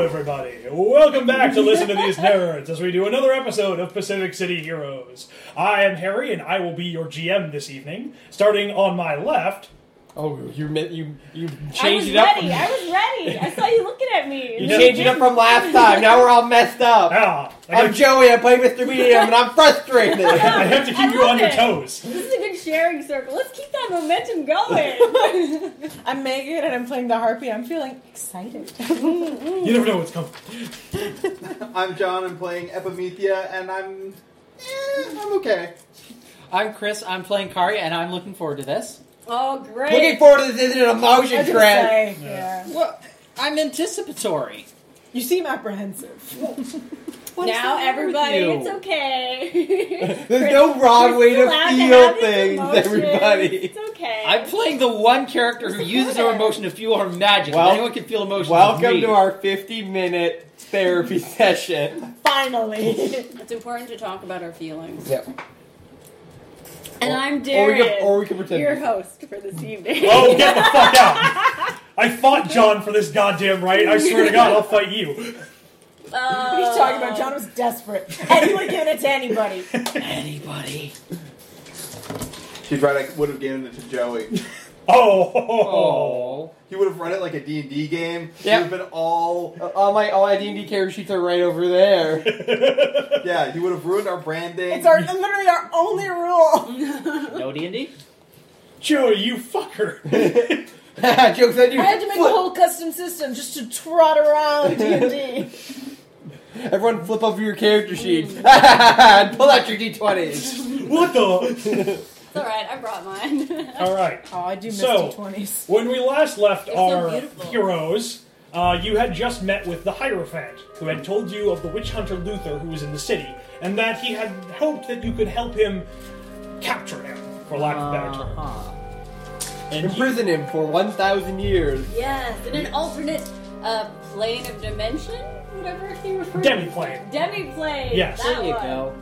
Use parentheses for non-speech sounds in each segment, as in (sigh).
everybody. Welcome back to Listen to These Nerds as we do another episode of Pacific City Heroes. I am Harry and I will be your GM this evening. Starting on my left, Oh, you mi- you you I changed was it up. ready. I was ready. I saw you looking at me. you changed it up from last time. Now we're all messed up. ah, I, I'm gotta, Joey. I play Mr. Medium, and I'm frustrated. I have to I keep you love on your it. toes. This is a good sharing circle. Let's keep that momentum (laughs) going. I'm Megan and I'm playing the harpy. I'm feeling excited. You never know what's coming. (laughs) I'm John. I'm playing Epimethea, and I'm eh, I'm okay. I'm Chris. I'm playing Kari, and I'm looking forward to this. oh, great. Looking forward to this isn't an emotion trip. Say, yeah. Well, I'm anticipatory. You seem apprehensive. (laughs) What's now, the matter with everybody, you? (laughs) it's okay. There's no wrong way to You're allowed feel have these things, emotions. everybody. It's okay. I'm playing the one character who What's the uses her matter? emotion to fuel her magic. Well- Anyone can feel emotion. Welcome to our 50 minute (laughs) therapy session. (laughs) Finally. it's important to talk about our feelings. Yep. And Or- I'm Or we Darren, can, or we can pretend. your host for (laughs) this evening. Oh, get the fuck out! I fought John for this goddamn right. I swear to God, I'll fight you. Uh, What are you talking about? John was desperate. (laughs) Anyone giving it to (laughs) anybody. anybody. She's right. I would have given it to Joey. Oh, Oh, He would have run it like a D and D game. He Yeah. would have been all All my all my D&D character sheets are right over (laughs) there. yeah. He would have ruined our branding. It's our literally our only rule. no D and D. Joey, you fucker! Jokes on you. (laughs) I had to make a whole custom system just to trot around D and D. (laughs) Everyone, flip over your character (laughs) sheets (laughs) and pull out your d20s. what the? It's all right. I brought mine. (laughs) All right. Oh, I do miss So- D twenties. When we last left They're so our beautiful. heroes, uh, you had just met with the Hierophant, who had told you of the witch hunter Luther who was in the city, and that he had hoped that you could help him capture him, for lack of a better term. Uh-huh. And you, Imprison him for 1,000 years. yes, in an alternate uh, plane of dimension, whatever he referred Demiplane. Demiplane. Yes. that There you one. go.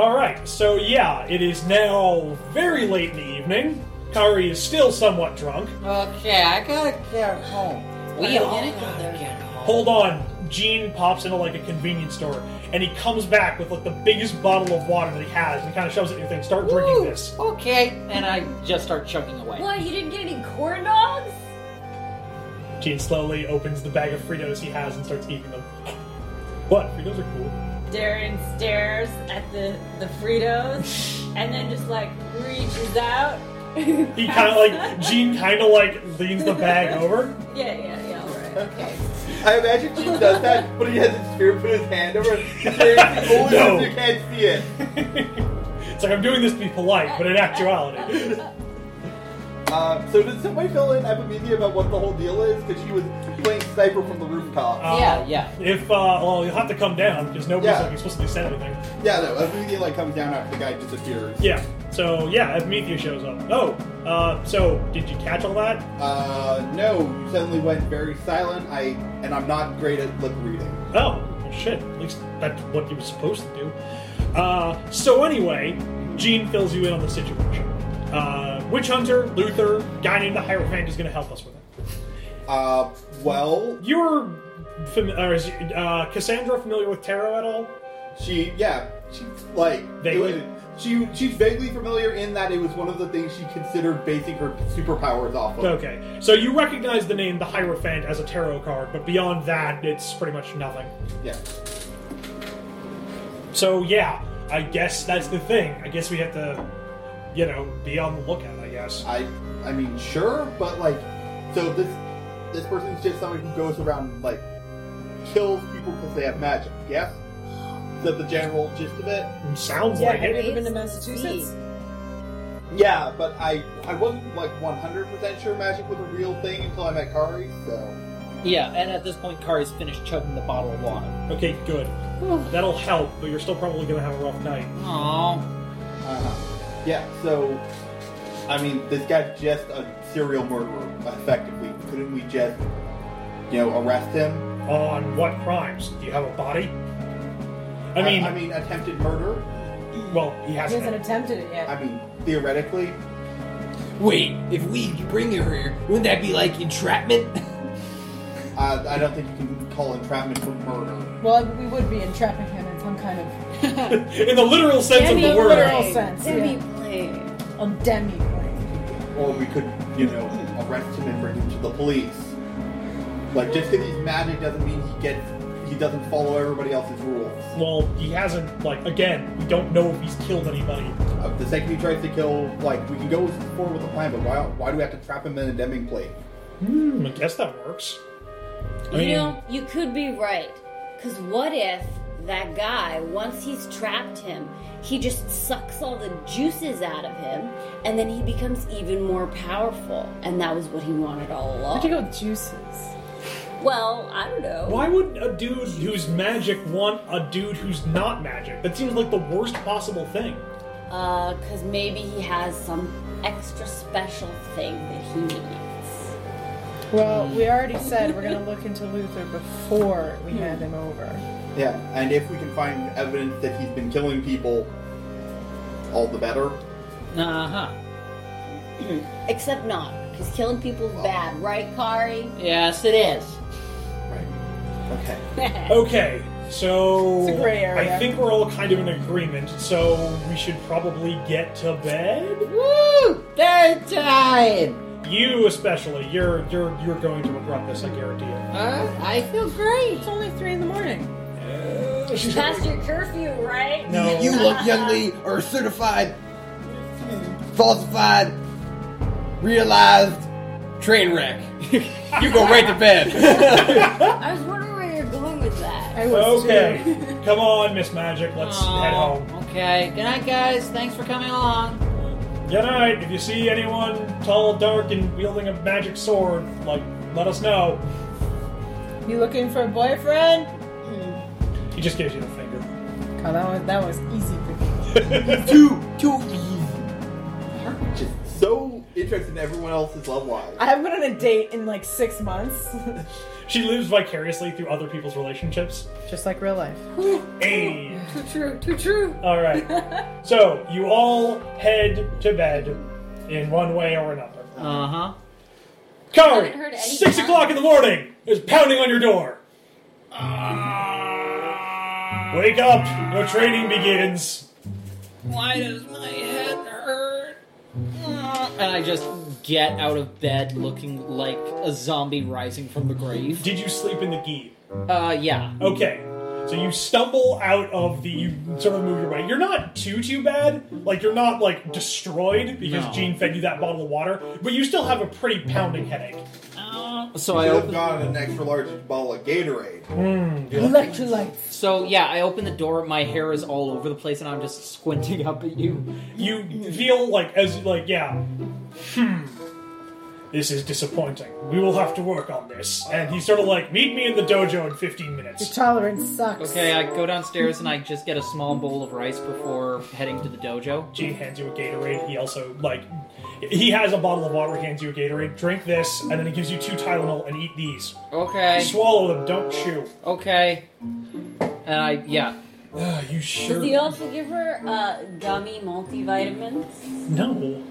all right, so yeah, it is now very late in the evening. Kari is still somewhat drunk. Okay, I gotta get home. We Alright, all get it gotta together. get home. Hold on. Gene pops into like a convenience store, and he comes back with like the biggest bottle of water that he has, and kind of shoves it at your thing. Start drinking this. Okay, and I just start chugging away. What? You didn't get any corn dogs? Gene slowly opens the bag of Fritos he has and starts eating them. What? Fritos are cool. Darren stares at the the Fritos and then just like reaches out. He kind of like Gene kind of like leans the bag over. (laughs) (laughs) Yeah, yeah, yeah. All right. Okay. I imagine she does that, but he has his spear put his hand over. it. (laughs) It's very- it's the only No. reason you can't see it. it's like I'm doing this to be polite, but in actuality, Uh, so did somebody fill in Epimethea about what the whole deal is? Because she was playing sniper from the rooftop. Uh, Yeah, yeah. if uh, well, you'll have to come down because nobody's Yeah. like explicitly said anything. yeah, no. Epimethea like comes down after the guy disappears. Yeah. So yeah, Epimetheus shows up. Oh, uh, so did you catch all that? Uh, no. You suddenly went very silent. I and I'm not great at lip reading. Oh, well, shit. At least that's what you were supposed to do. Uh, so, anyway, Gene fills you in on the situation. Uh, Witch Hunter, Luther, guy named the Hierophant is going to help us with it. Uh, well, You're. Fam- or is uh, Cassandra familiar with tarot at all? she yeah, she's like it Vaguely? was, she she's vaguely familiar in that it was one of the things she considered basing her superpowers off of. Okay. So, you recognize the name the Hierophant as a tarot card, but beyond that, it's pretty much nothing. Yeah. So, yeah, I guess that's the thing. I guess we have to, you know, be on the lookout, I guess. I I mean sure, but like so this this person's just somebody who goes around and, like kills people because they have magic. Yes. Is that the general gist of it? Sounds Yeah, like have you it. ever been to Massachusetts? Yeah, but I I wasn't like 100% sure magic was a real thing until I met Kari, so Yeah, and at this point, Kari's finished chugging the bottle of water. Okay, good. That'll help, but you're still probably gonna have a rough night. Aww. Uh-huh. Yeah, so I mean, this guy just a serial murderer, effectively. Couldn't we just, you know, arrest him? On what crimes? Do you have a body? I mean, I, mean, attempted murder. well, he He hasn't. hasn't attempted it yet. I mean, theoretically, (laughs) Wait, if we bring her here, wouldn't that be like entrapment? I, I don't think you can call entrapment for murder. Well, we would be entrapping him in some kind (laughs) of in the literal sense of the Demi- word. literal sense, Demi yeah. play. a demi plane. Or we could, you know, arrest him and bring him to the police. Like, just because he's magic doesn't mean he gets, he doesn't follow everybody else's rules. Well, he hasn't, like, again, we don't know if he's killed anybody. Uh, the second he tries to kill, like, we can go forward with the plan, but why, why do we have to trap him in a deming plate? Hmm, I guess that works. I mean- You know, you could be right. Because what if that guy, once he's trapped him, he just sucks all the juices out of him and then he becomes even more powerful? And that was what he wanted all Why'd you along. go with juices? Well, I don't know. Why would a dude who's magic want a dude who's not magic? That seems like the worst possible thing. Because Uh, maybe he has some extra special thing that he needs. Well, we already said we're gonna look into Luther before we hand him over. Yeah, and if we can find evidence that he's been killing people, all the better. Uh huh. Except not. Because killing people is bad, right, Kari? (laughs) Yes, it is. Right. Okay. Okay, so It's a gray area. I think we're all kind of in agreement. So we should probably get to bed. Woo! Third time. You especially, you're you're you're going to regret this, I guarantee you. Uh, I feel great. It's only three in the morning. Uh, You passed your curfew, right? (laughs) No. You look, young lady, are certified, falsified, realized train wreck. (laughs) You go right to (laughs) bed. I was wondering where you're going with that. I was Okay, too. come on, Miss Magic, let's head Oh, home. okay. Good night, guys. Thanks for coming along. Good night. If you see anyone tall, dark, and wielding a magic sword, like, let us know. You looking for a boyfriend? He just gives you the finger. God, that was that was easy picking. too, too easy. Just so interested in everyone else's love lives. I haven't been on a date in like six months. (laughs) (laughs) She lives vicariously through other people's relationships. Just like real life. Hey. Too true, too true. All right. so you all head to bed in one way or another. Uh huh. Kari, heard any six sound. o'clock in the morning. There's pounding on your door. Wake up! Your training begins. Why does my head hurt? And Uh, I just get out of bed looking like a zombie rising from the grave. Did you sleep in the gi? Uh, yeah. Okay. So you stumble out of the. You sort of move your way. You're not too too bad. Like you're not like destroyed because No. Gene fed you that bottle of water, but you still have a pretty pounding headache. So I I should have open. gotten an extra large bottle of Gatorade. Electrolytes. So yeah, I open the door. My hair is all over the place, and I'm just squinting (laughs) up at you. You feel like as like yeah. Hmm. This is disappointing. We will have to work on this. And he's sort of like, meet me in the dojo in 15 Your minutes. tolerance sucks. Okay, I go downstairs and I just get a small bowl of rice before heading to the dojo. Gene hands you a Gatorade. He also like, he has a bottle of water. Hands you a Gatorade. Drink this, and then he gives you two Tylenol and eat these. Okay. Swallow them. Don't chew. Okay. And I yeah. Uh, you Does sure? he also give her uh, gummy multivitamins? No.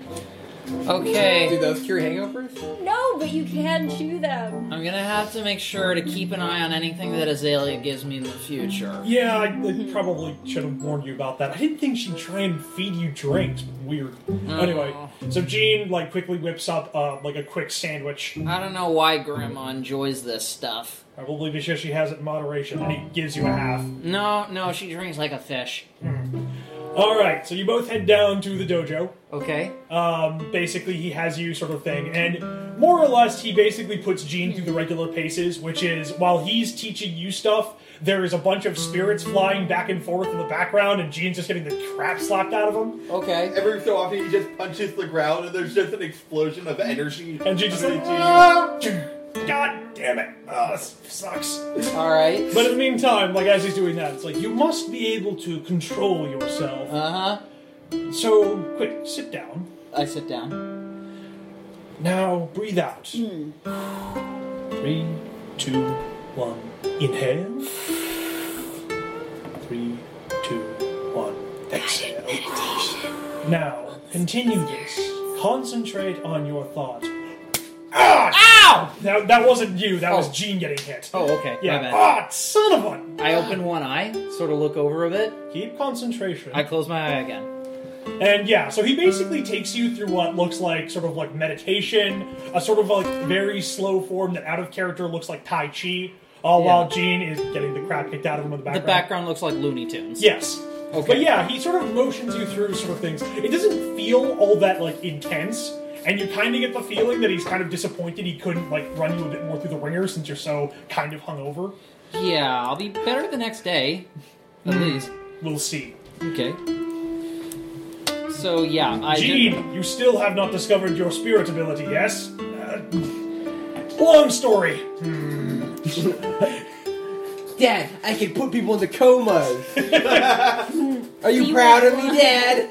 Okay. those cure hangovers? No, but you can chew them. I'm gonna have to make sure to keep an eye on anything that Azalea gives me in the future. Yeah, I, I probably should have warned you about that. I didn't think she'd try and feed you drinks. Weird. Anyway, so Gene like quickly whips up uh, like a quick sandwich, I don't know why Grandma enjoys this stuff. probably because she has it in moderation, and he gives you a half. No, no, she drinks like a fish. All right, so you both head down to the dojo. Okay. Um, basically, he has you sort of thing, and more or less, he basically puts Gene through the regular paces, which is while he's teaching you stuff, there is a bunch of spirits flying back and forth in the background, and Gene's just getting the crap slapped out of him. Okay. Every so often he just punches the ground and there's just an explosion of energy. And Gene's just like, "Ah, Gene- God damn it! Oh, this sucks. All right. But in the meantime, like as he's doing that, it's like you must be able to control yourself. Uh huh. So, quick, sit down. I sit down. Now breathe out. Hmm. Three, two, one. Inhale. Three, two, one. Exhale. Now continue this. Concentrate on your thought. Ah! Ow! That, that wasn't you. That was Oh. Gene getting hit. Oh, okay. My Yeah. bad. Ah, son of a. I open one eye, sort of look over a bit. Keep concentration. I close my eye again. And yeah, so he basically takes you through what looks like sort of like meditation, a sort of like very slow form that out of character looks like Tai Chi, all Yeah. while Gene is getting the crap kicked out of him in the The background. background looks like Looney Tunes. Yes. Okay. But yeah, he sort of motions you through sort of things. It doesn't feel all that like intense, and you kind of get the feeling that he's kind of disappointed he couldn't like run you a bit more through the ringer since you're so kind of hungover. Yeah, I'll be better the next day. At Hmm. least. We'll see. Okay. So yeah, I did- Gene, you still have not discovered your spirit ability, yes? Uh, long story. Dad, I can put people into comas. (laughs) Are you You proud of want- me, Dad?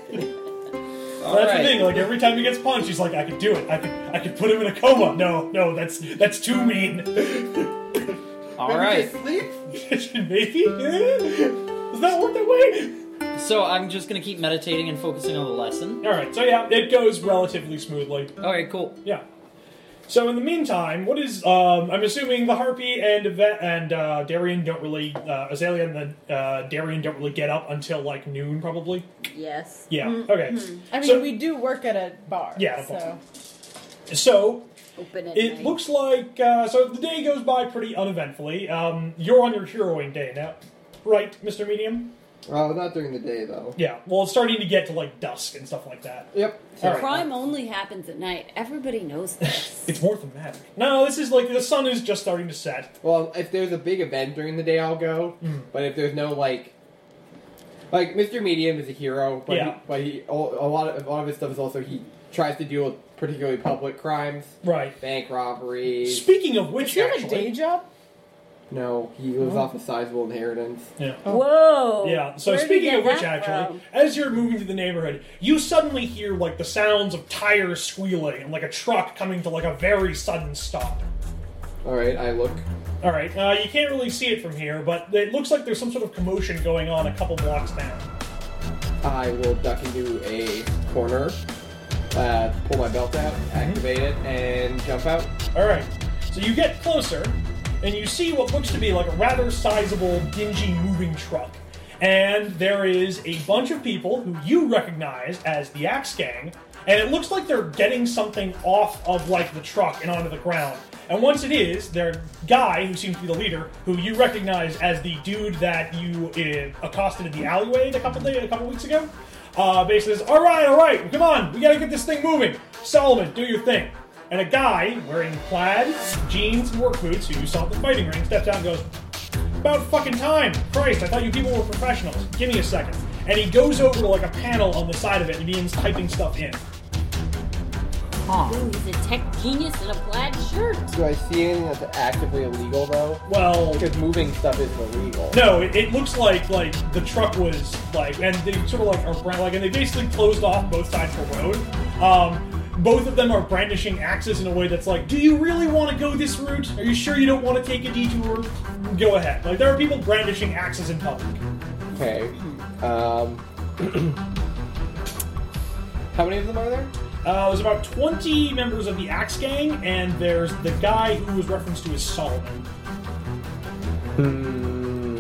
All That's right. the thing. Like every time he gets punched, he's like, "I could do it. I could. I could put him in a coma." No, no, that's that's too mean. (laughs) All right. Sleep? Maybe. Does that work that way? So I'm just gonna keep meditating and focusing on the lesson. All right. So yeah, it goes relatively smoothly. Okay, cool. Yeah. So in the meantime, what is? Um, I'm assuming the harpy and Eve- and uh, Darian don't really uh, Azalea and the, uh, Darian don't really get up until like noon probably. Yes. Yeah. Okay. I mean, So- we do work at a bar. Yeah, a bar. so So Open it. It looks like uh, so the day goes by pretty uneventfully. Um, you're on your heroing day now, right, Mister Medium? Oh, not during the day though. Yeah. Well, it's starting to get to like dusk and stuff like that. Yep. All right. Crime only happens at night. Everybody knows (laughs) this. It's more than that. No, this is like the sun is just starting to set. Well, if there's a big event during the day, I'll go. But if there's no like, like Mr. Medium is a hero, but Yeah. he, but he all, a lot of a lot of his stuff is also he tries to deal with particularly public crimes, Right. bank robberies. Speaking of which, do you have a actually, day job? No, he lives off a sizable inheritance. yeah. Whoa. Oh. Yeah. So Oh, Where did you speaking get of which, that actually, from? as you're moving through the neighborhood, you suddenly hear like the sounds of tires squealing and like a truck coming to like a very sudden stop. All right, I look. All right. Uh, you can't really see it from here, but it looks like there's some sort of commotion going on a couple blocks down. I will duck into a corner, uh, pull my belt out, activate it, and jump out. All right. So you get closer, and you see what looks to be like a rather sizable, dingy moving truck. And there is a bunch of people who you recognize as the Axe Gang, and it looks like they're getting something off of like the truck and onto the ground. And once it is, their guy, who seems to be the leader, who you recognize as the dude that you uh, accosted in the alleyway a couple day, a couple weeks ago, uh, basically says, "All right, all right, come on, we gotta get this thing moving. Solomon, do your thing." And a guy wearing plaid, jeans, and work boots who you saw at the fighting ring steps out and goes, About fucking time! Christ, I thought you people were professionals. Give me a second. And he goes over to like a panel on the side of it and begins typing stuff in. Ooh, he's a tech genius in a plaid shirt. Do I see anything that's actively illegal though? Well, Because moving stuff is illegal. no, it, it looks like like the truck was like, and they sort of like are brand, like, and they basically closed off both sides of the road. Um, both of them are brandishing axes in a way that's like, do you really want to go this route? Are you sure you don't want to take a detour? Go ahead. Like there are people brandishing axes in public. Okay. Um, (clears throat) how many of them are there? Uh, there's about 20 members of the Axe Gang, and there's the guy who was referenced to as Solomon. Hmm.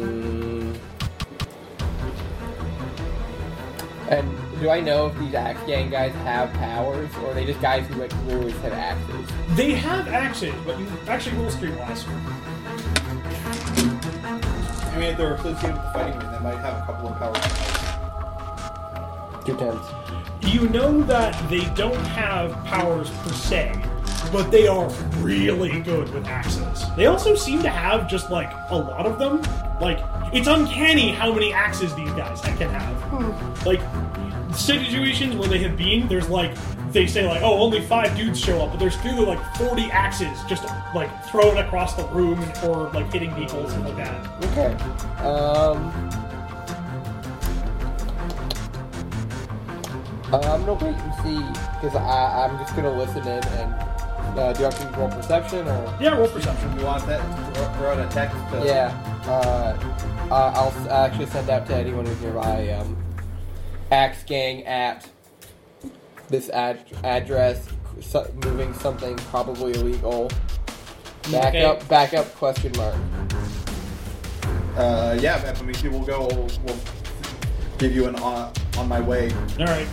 And do I know if these axe gang guys have powers, or are they just guys who like always have axes? They have axes, but you actually roll streetwise. I mean, if they're associated with the fighting ring, they might have a couple of powers. Two tens. You know that they don't have powers per se, but they are really good with axes. They also seem to have just like a lot of them. Like it's uncanny how many axes these guys can have. Like situations where they have been, there's like they say like, oh, only five dudes show up, but there's clearly like 40 axes just like thrown across the room or like hitting people and stuff like that. Okay. Um. uh, I'm gonna wait and see because I'm just gonna listen in and uh, do I have to roll perception or? Yeah, roll perception. You want that? Throw- Throw out a text to. Yeah. Uh, uh, I'll s- actually send out to anyone who's nearby. Um, Axe Gang at this ad- address, so- moving something probably illegal. Back Okay. up, back up, question mark. Uh, yeah, Beth, I mean, she will go. We'll give you an on, on my way. All right.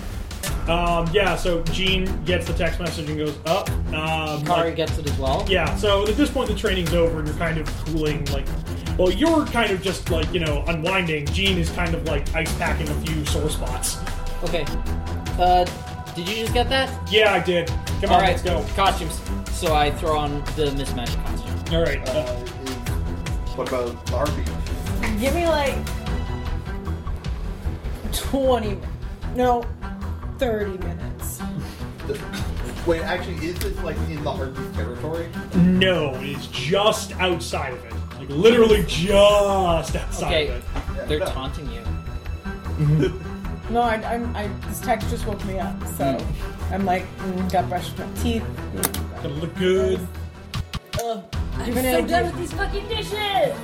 Um, yeah, so Gene gets the text message and goes up. Um, Kari like- gets it as well. yeah, so at this point the training's over and you're kind of cooling, like, well, you're kind of just like, you know, unwinding. Gene is kind of like ice packing a few sore spots. Okay. Uh, did you just get that? Yeah, I did. Come on, All right, let's go. Costumes. So I throw on the mismatched costume. All right. Uh, Uh, what about the heartbeat? Give me like 20, no, 30 minutes. Wait, actually, is this like in the heartbeat territory? no, it is just outside of it. Like, literally just outside of Okay. it. They're taunting you. No, I, I'm, I, this text just woke me up, so Hmm. I'm like, mm, got brushed my teeth. Gonna look good. I'm Even so if- done with these fucking dishes.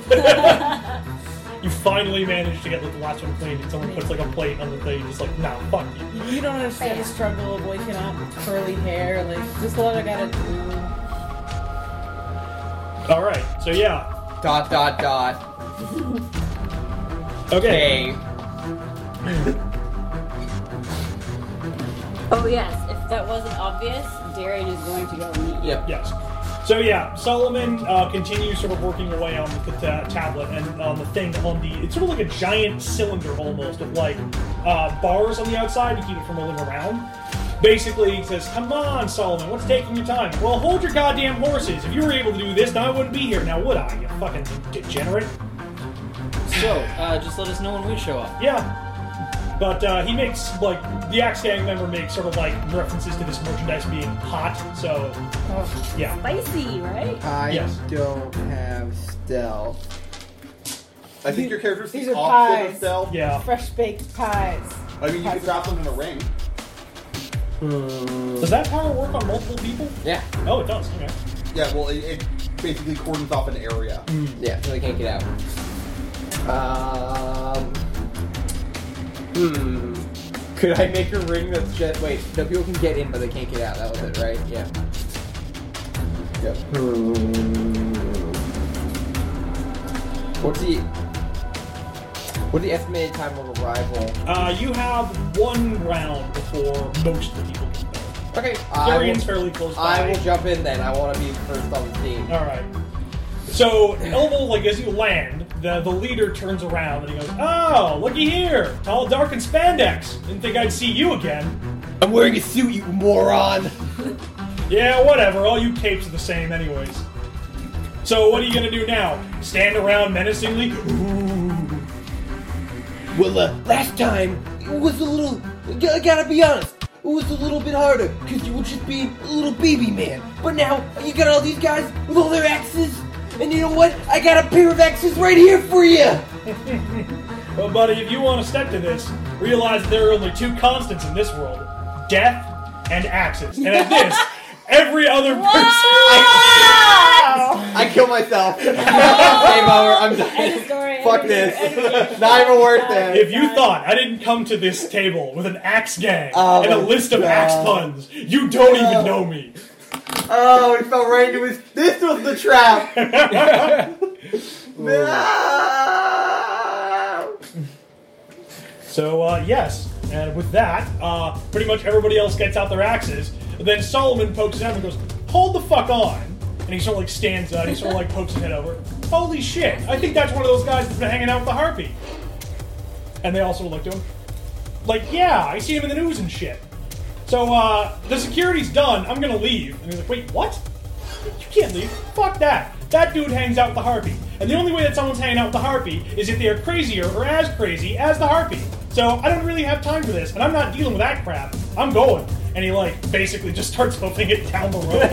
You finally manage to get like the last one clean, and someone puts like a plate on the thing, and just like, nah, fuck you. You don't understand the struggle of waking up with curly hair, like, just what I gotta do. All right. So yeah. Dot dot dot. Okay. Hey. (laughs) Oh yes, if that wasn't obvious, Darian is going to go meet you. Yep. Yes. So yeah, Solomon uh, continues sort of working away on the ta- tablet and on the thing on the. It's sort of like a giant cylinder almost of like uh, bars on the outside to keep it from rolling around. Basically, he says, "Come on, Solomon, what's taking your time? Well, hold your goddamn horses. If you were able to do this, then I wouldn't be here now, would I? You fucking degenerate." So, uh, just let us know when we show up. Yeah. But uh, he makes like the Axe Gang member makes sort of like references to this merchandise being hot. So Oh, yeah. Spicy, right? I Yes. don't have stealth. I think your character's These the are opposite of pies. stealth. Yeah. fresh baked pies. I mean, you could drop them in a ring. Does that power work on multiple people? Hmm. Yeah. Oh, it does. Okay. Yeah, well, it, it basically cordons off an area. Yeah, so they can't get out. Um. Hmm. Could I make a ring that's just. Wait, no, people can get in, but they can't get out. That was it, right? Yeah. Yep. What's the. What's the estimated time of arrival? Uh, you have one round before most of the people get there. Okay. I Darian's will, fairly close by. I will jump in then. I want to be first on the team. All right. So Elmo, like as you land, the the leader turns around and he goes, "Oh, looky here, all dark and spandex. Didn't think I'd see you again. I'm wearing a suit, you moron! (laughs) Yeah, whatever. All you capes are the same, anyways. So what are you gonna do now? Stand around menacingly? Well, uh, last time it was a little. I gotta be honest, it was a little bit harder because you were just being a little baby man. But now you got all these guys with all their axes, and you know what? I got a pair of axes right here for you. Well, buddy, if you want to step to this, realize there are only two constants in this world death and axes. And at this, (laughs) every other I (laughs) kill myself. Game over. I'm End done. of story. End Fuck of- this. (laughs) end of- Not even worth person. it. If you thought I didn't come to this table with an axe gang Oh and a my list of axe God. puns, you don't even know me. Oh, it fell right into his. This was the trap. (laughs) (laughs) no. So, uh, yes. And with that, uh, pretty much everybody else gets out their axes. And then Solomon pokes his head and goes, Hold the fuck on. And he sort of like stands up, he sort of like pokes his head over. Holy shit, I think that's one of those guys that's been hanging out with the harpy. And they all sort of looked at him. Like, yeah, I see him in the news and shit. So, uh, the security's done, I'm gonna leave. And he's like, Wait, what? You can't leave. Fuck that. That dude hangs out with the harpy. And the only way that someone's hanging out with the harpy is if they are crazier or as crazy as the harpy. So I don't really have time for this, and I'm not dealing with that crap. I'm going. And he like basically just starts hoping it down the road.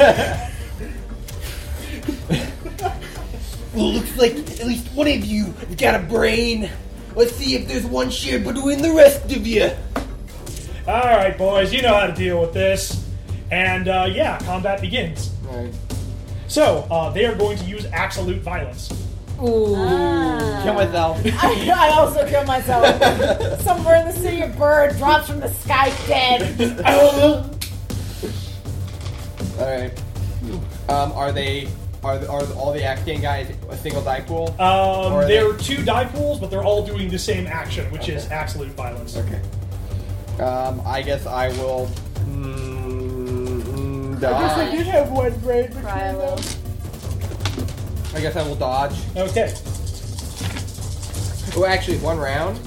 Well, looks like at least one of you has got a brain. Let's see if there's one shared between the rest of you. Alright, boys, you know how to deal with this. And uh, yeah, combat begins. Alright. So, uh, they are going to use absolute violence. Ah. Kill myself. (laughs) I, I also (laughs) killed myself. Somewhere in the city, a bird drops from the sky dead. Alright. Um, are they Are, the, are the- all the Actan guys a single die pool? Or Um, are there they- are two die pools, but they're all doing the same action, which is absolute violence. Okay. Um, I guess I will. Mm, mm, Just like dodge. you have one brain between Rilo. them. I guess I will dodge. Okay. Oh, actually, one round.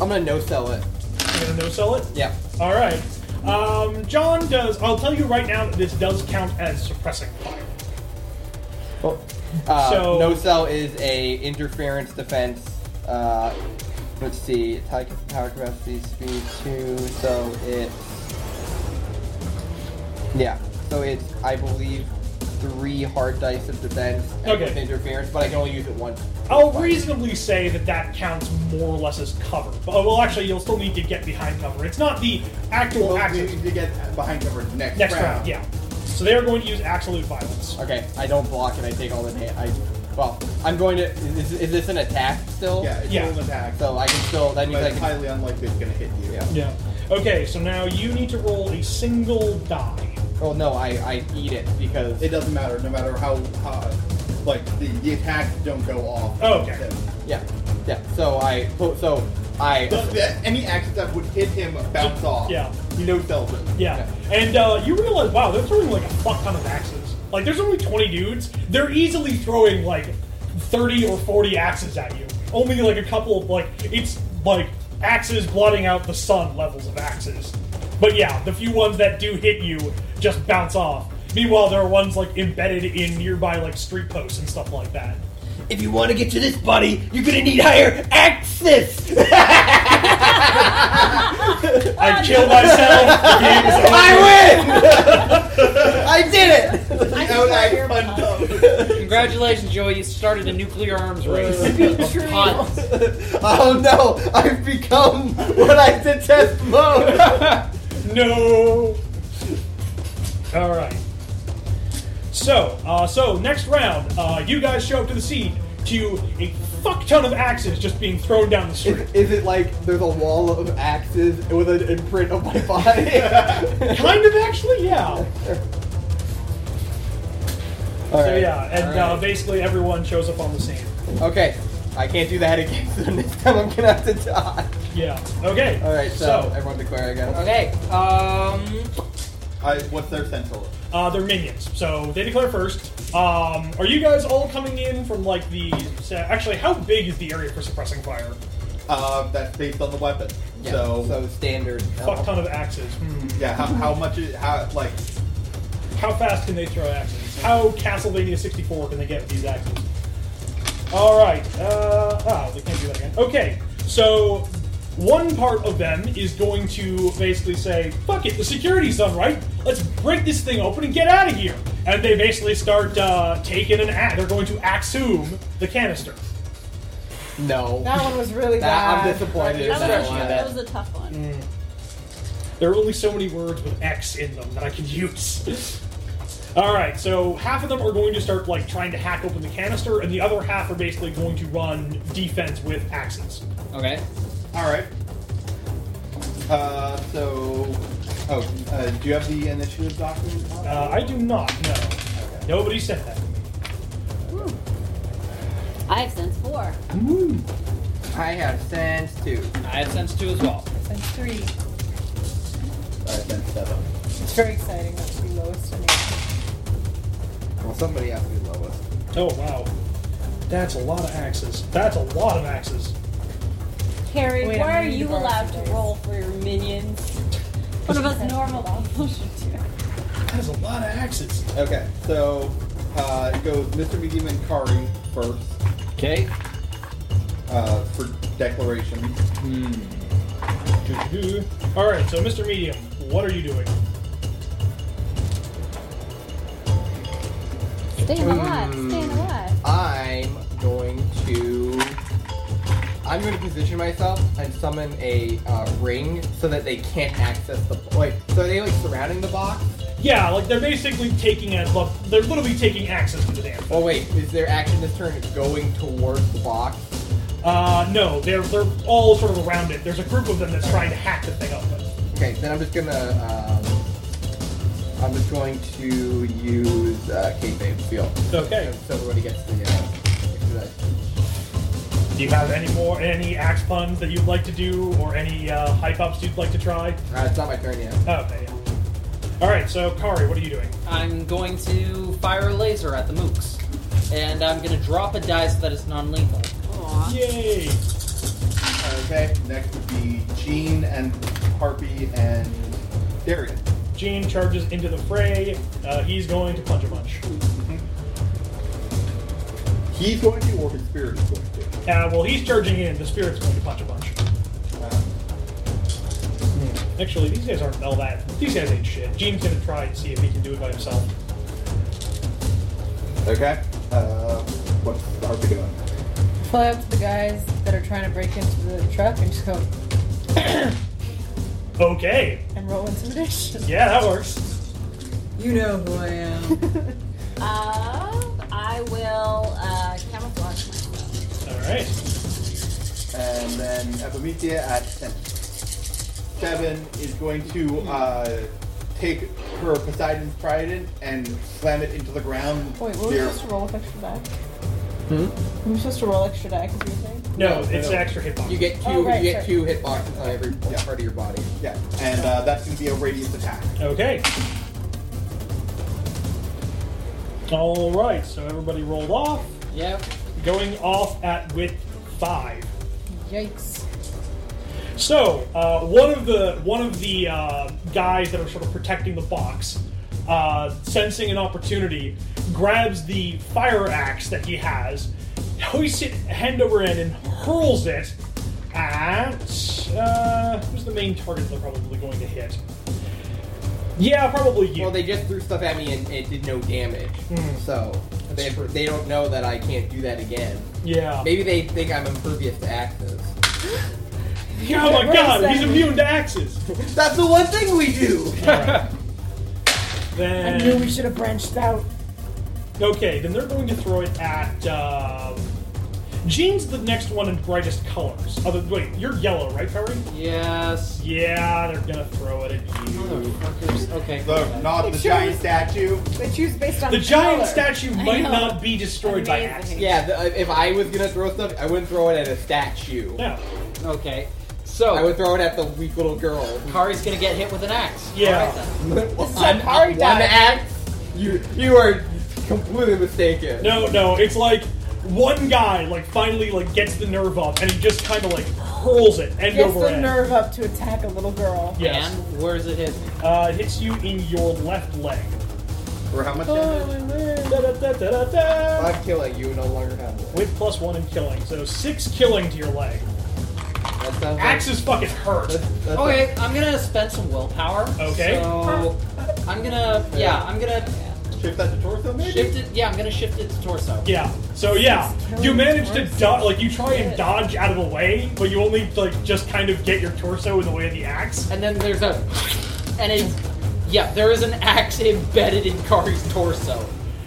I'm gonna no sell it. I'm gonna no sell it. Yeah. All right. Um, John does. I'll tell you right now that this does count as suppressing fire. Well, uh, So- no cell is a interference defense. Uh, let's see, attack- power capacity speed two. So it's yeah. So it's I believe three hard dice of defense and Okay. with interference, but I can only use it once. I'll reasonably say that that counts more or less as cover. But, oh, well, actually, you'll still need to get behind cover. It's not the actual Well, we action. need to get behind cover next, Next round, yeah. So they are going to use absolute violence. Okay, I don't block and I take all the damage. I well, I'm going to. Is, is this an attack still? Yeah, it's Yeah. still an attack. So I can still. That means but I it's can. highly unlikely it's going to hit you. Yeah. Yeah. Okay, so now you need to roll a single die. Oh no, I I eat it because It doesn't matter, no matter how, how like, the, the attacks don't go off. Oh, okay. Then- Yeah, yeah. So I, so I, But that- any action that would hit him bounce off. Yeah. He no sells it. Yeah. And uh, you realize, wow, they're throwing like a fuck ton of axes. Like, there's only 20 dudes. They're easily throwing like 30 or 40 axes at you. Only like a couple of, like, it's like axes blotting out the sun levels of axes. But yeah, the few ones that do hit you just bounce off. Meanwhile, there are ones like embedded in nearby like street posts and stuff like that. If you want to get to this body, you're gonna need higher access. I kill myself. the game is over. I win. (laughs) I did it. I Now prefer your that pun. punch Congratulations, Joey. You started a nuclear arms race. of puns. (laughs) Oh no! I've become what I detest (laughs) most. No. All right. So, uh, so next round, uh, you guys show up to the scene to a fuck ton of axes just being thrown down the street. (laughs) is, is it like there's a wall of axes with an imprint of my (laughs) body? kind of, actually, yeah. All So right, yeah, and all uh, right. basically everyone shows up on the scene. okay, I can't do that again. (laughs) So next time I'm gonna have to die. Yeah. Okay. All right, so, everyone declare again. Okay. Um. (laughs) I, what's their central? uh, they're minions, so they declare first. Um, are you guys all coming in from like the? sa- Actually, how big is the area for suppressing fire? Uh, that's based on the weapon. Yeah, So, so standard. Fuck ton of axes. Hmm. yeah, how, how much is, how, like, How fast can they throw axes? How Castlevania 64 can they get with these axes? All right. Uh, ah, they can't do that again. Okay, so one part of them is going to basically say, "Fuck it, the security's done right. Let's break this thing open and get out of here." And they basically start uh, taking an axe. They're going to axum the canister. No. That one was really Nah, I'm bad. disappointed in That was, a, that tough- one. that was a tough one. There are only so many words with X in them that I can use. All right, so half of them are going to start like trying to hack open the canister, and the other half are basically going to run defense with axes. Okay. alright. Uh, so, oh, uh, do you have the initiative document? Uh, I do not know. Nobody sent that. to me. I have sense four. I have sense too. I have sense two as well. And three. Alright, then seven. It's very exciting. That's the lowest in it. Well, somebody has to be lowest. Oh wow, that's a lot of axes. That's a lot of axes. Harry, Wait, I'm why are gonna need you to borrow allowed some to dice. roll for your minions? One of us normal people should do. That is a lot of axes. Okay, so, uh, it goes Mr. Medium and Kari first, Okay. uh, for declaration. All right, so Mr. Medium, what are you doing? Staying alive. Staying alive. Hmm. I'm going to. I'm going to position myself and summon a uh, ring so that they can't access the. Wait, so are they like surrounding the box? Yeah, like they're basically taking a look. They're literally taking axes to the damn. Oh wait, is their action this turn going towards the box? Uh, no, they're they're all sort of around it. There's a group of them that's trying to hack the thing open. Okay, then I'm just gonna. Um, I'm just going to use uh, Kayfabe Feel. Okay. So everybody gets the. Uh, exercise. Do you have any more any axe puns that you'd like to do, or any uh, hype ups you'd like to try? uh, it's not my turn yet. Okay. Yeah. All right. So Kari, what are you doing? I'm going to fire a laser at the mooks. And I'm going to drop a dice that is non lethal. Aw. Yay! Uh, Okay, next would be Gene and Harpy and Darian. Gene charges into the fray. Uh, he's going to punch a bunch. He's going to, or his spirit is going to. Uh, well, he's charging in. The spirit's going to punch a bunch. Uh, Actually, these guys aren't all that. These guys ain't shit. Gene's gonna try and see if he can do it by himself. okay. Uh, what's Harpy doing? Fly up to the guys that are trying to break into the truck and just go Okay. and roll intimidation. (laughs) Yeah, that works. You know who I am. Uh, I will uh, camouflage myself. All right. And then Epimetheus at 10. Seven is going to uh, take her Poseidon's trident and slam it into the ground. Wait, what were we There- supposed to roll with extra die? Hmm? Were we supposed to roll extra die because you were saying? No, No, it's no. an extra hitbox. You get two. Oh, right, you get sorry. two hit boxes on every Yeah. part of your body. Yeah, and uh, that's going to be a radius attack. Okay. All right. So everybody rolled off. Yep. Going off at width five. Yikes. So uh, one of the one of the uh, guys that are sort of protecting the box, uh, sensing an opportunity, grabs the fire axe that he has, hoists it hand over end, and hurls it at uh, who's the main target they're probably going to hit. Yeah, probably you. Well, they just threw stuff at me and it did no damage. So they, they don't know that I can't do that again. yeah. Maybe they think I'm impervious to axes. Oh my Wait a god, he's second. immune to (laughs) axes. That's the one thing we do. I knew Then we should have branched out. okay, then they're going to throw it at. Um, Jean's the next one in brightest colors. Other wait, you're yellow, right, Perry? Yes. Yeah, they're gonna throw it at you. Motherfuckers. Okay. So, not the giant statue. They choose based on The giant color. statue I might know. not be destroyed by axes. Amazing. (laughs) Yeah, the, uh, if I was gonna throw stuff, I wouldn't throw it at a statue. No. Okay. I would So, throw it at the weak little girl. Kari's going to get hit with an axe. Yeah. I'm Kari one died. axe. You you are completely mistaken. No, no, it's like one guy like finally like gets the nerve up and he just kind of like hurls it end Gets over the end. nerve up to attack a little girl. Yes. And where does it hit me? Uh, it hits you in your left leg. For how much Oh, damage? Da-da-da-da-da-da. I'm killing you. No longer have one. With plus one in killing, so six killing to your leg. That sounds like- Axes fucking hurt. that's- that's- Okay, I'm gonna spend some willpower. Okay. So I'm gonna, yeah, I'm gonna Shift that to torso, maybe? shift it. Yeah, I'm gonna shift it to torso. Yeah. So yeah, you manage to dodge. Like you try and dodge out of the way, but you only like just kind of get your torso in the way of the axe. And then there's a, and it's, yeah, there is an axe embedded in Kari's torso.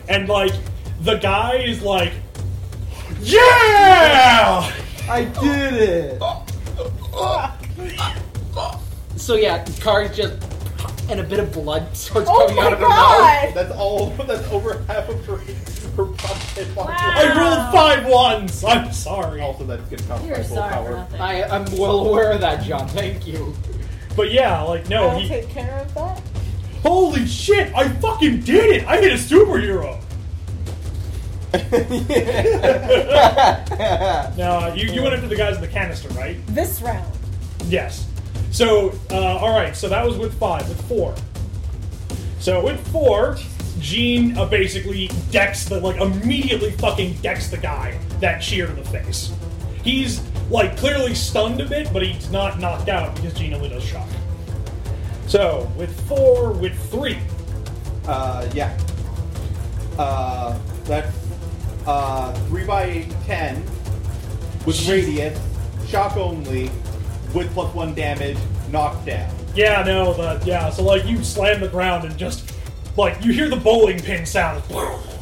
And like the guy is like, yeah. I did it. Oh So yeah, Kari's just, and a bit of blood starts Oh coming my out of her mouth. god! (laughs) That's all. That's over half of her, her profit. I Wow. rolled five ones. I'm sorry. (laughs) Also, that's going to cost You're my full sorry for power. nothing. I, I'm well aware of that, John. Thank you. But yeah, like no. I'll He, take care of that. holy shit! I fucking did it! I hit a superhero. (laughs) Now uh, you you went after the guys in the canister, right? This round. Yes. So, uh, all right. So that was with five. With four. So with four, Jean uh, basically decks the like immediately fucking decks the guy that cheered in the face. He's like clearly stunned a bit, but he's not knocked out because Jean only does shock. So with four, with three. Uh, yeah. Uh, that's uh, 3 by 8 10 with Jeez. radius, shock only, with plus 1 damage, knockdown. Yeah, no, but yeah. So like you slam the ground and just like you hear the bowling pin sound.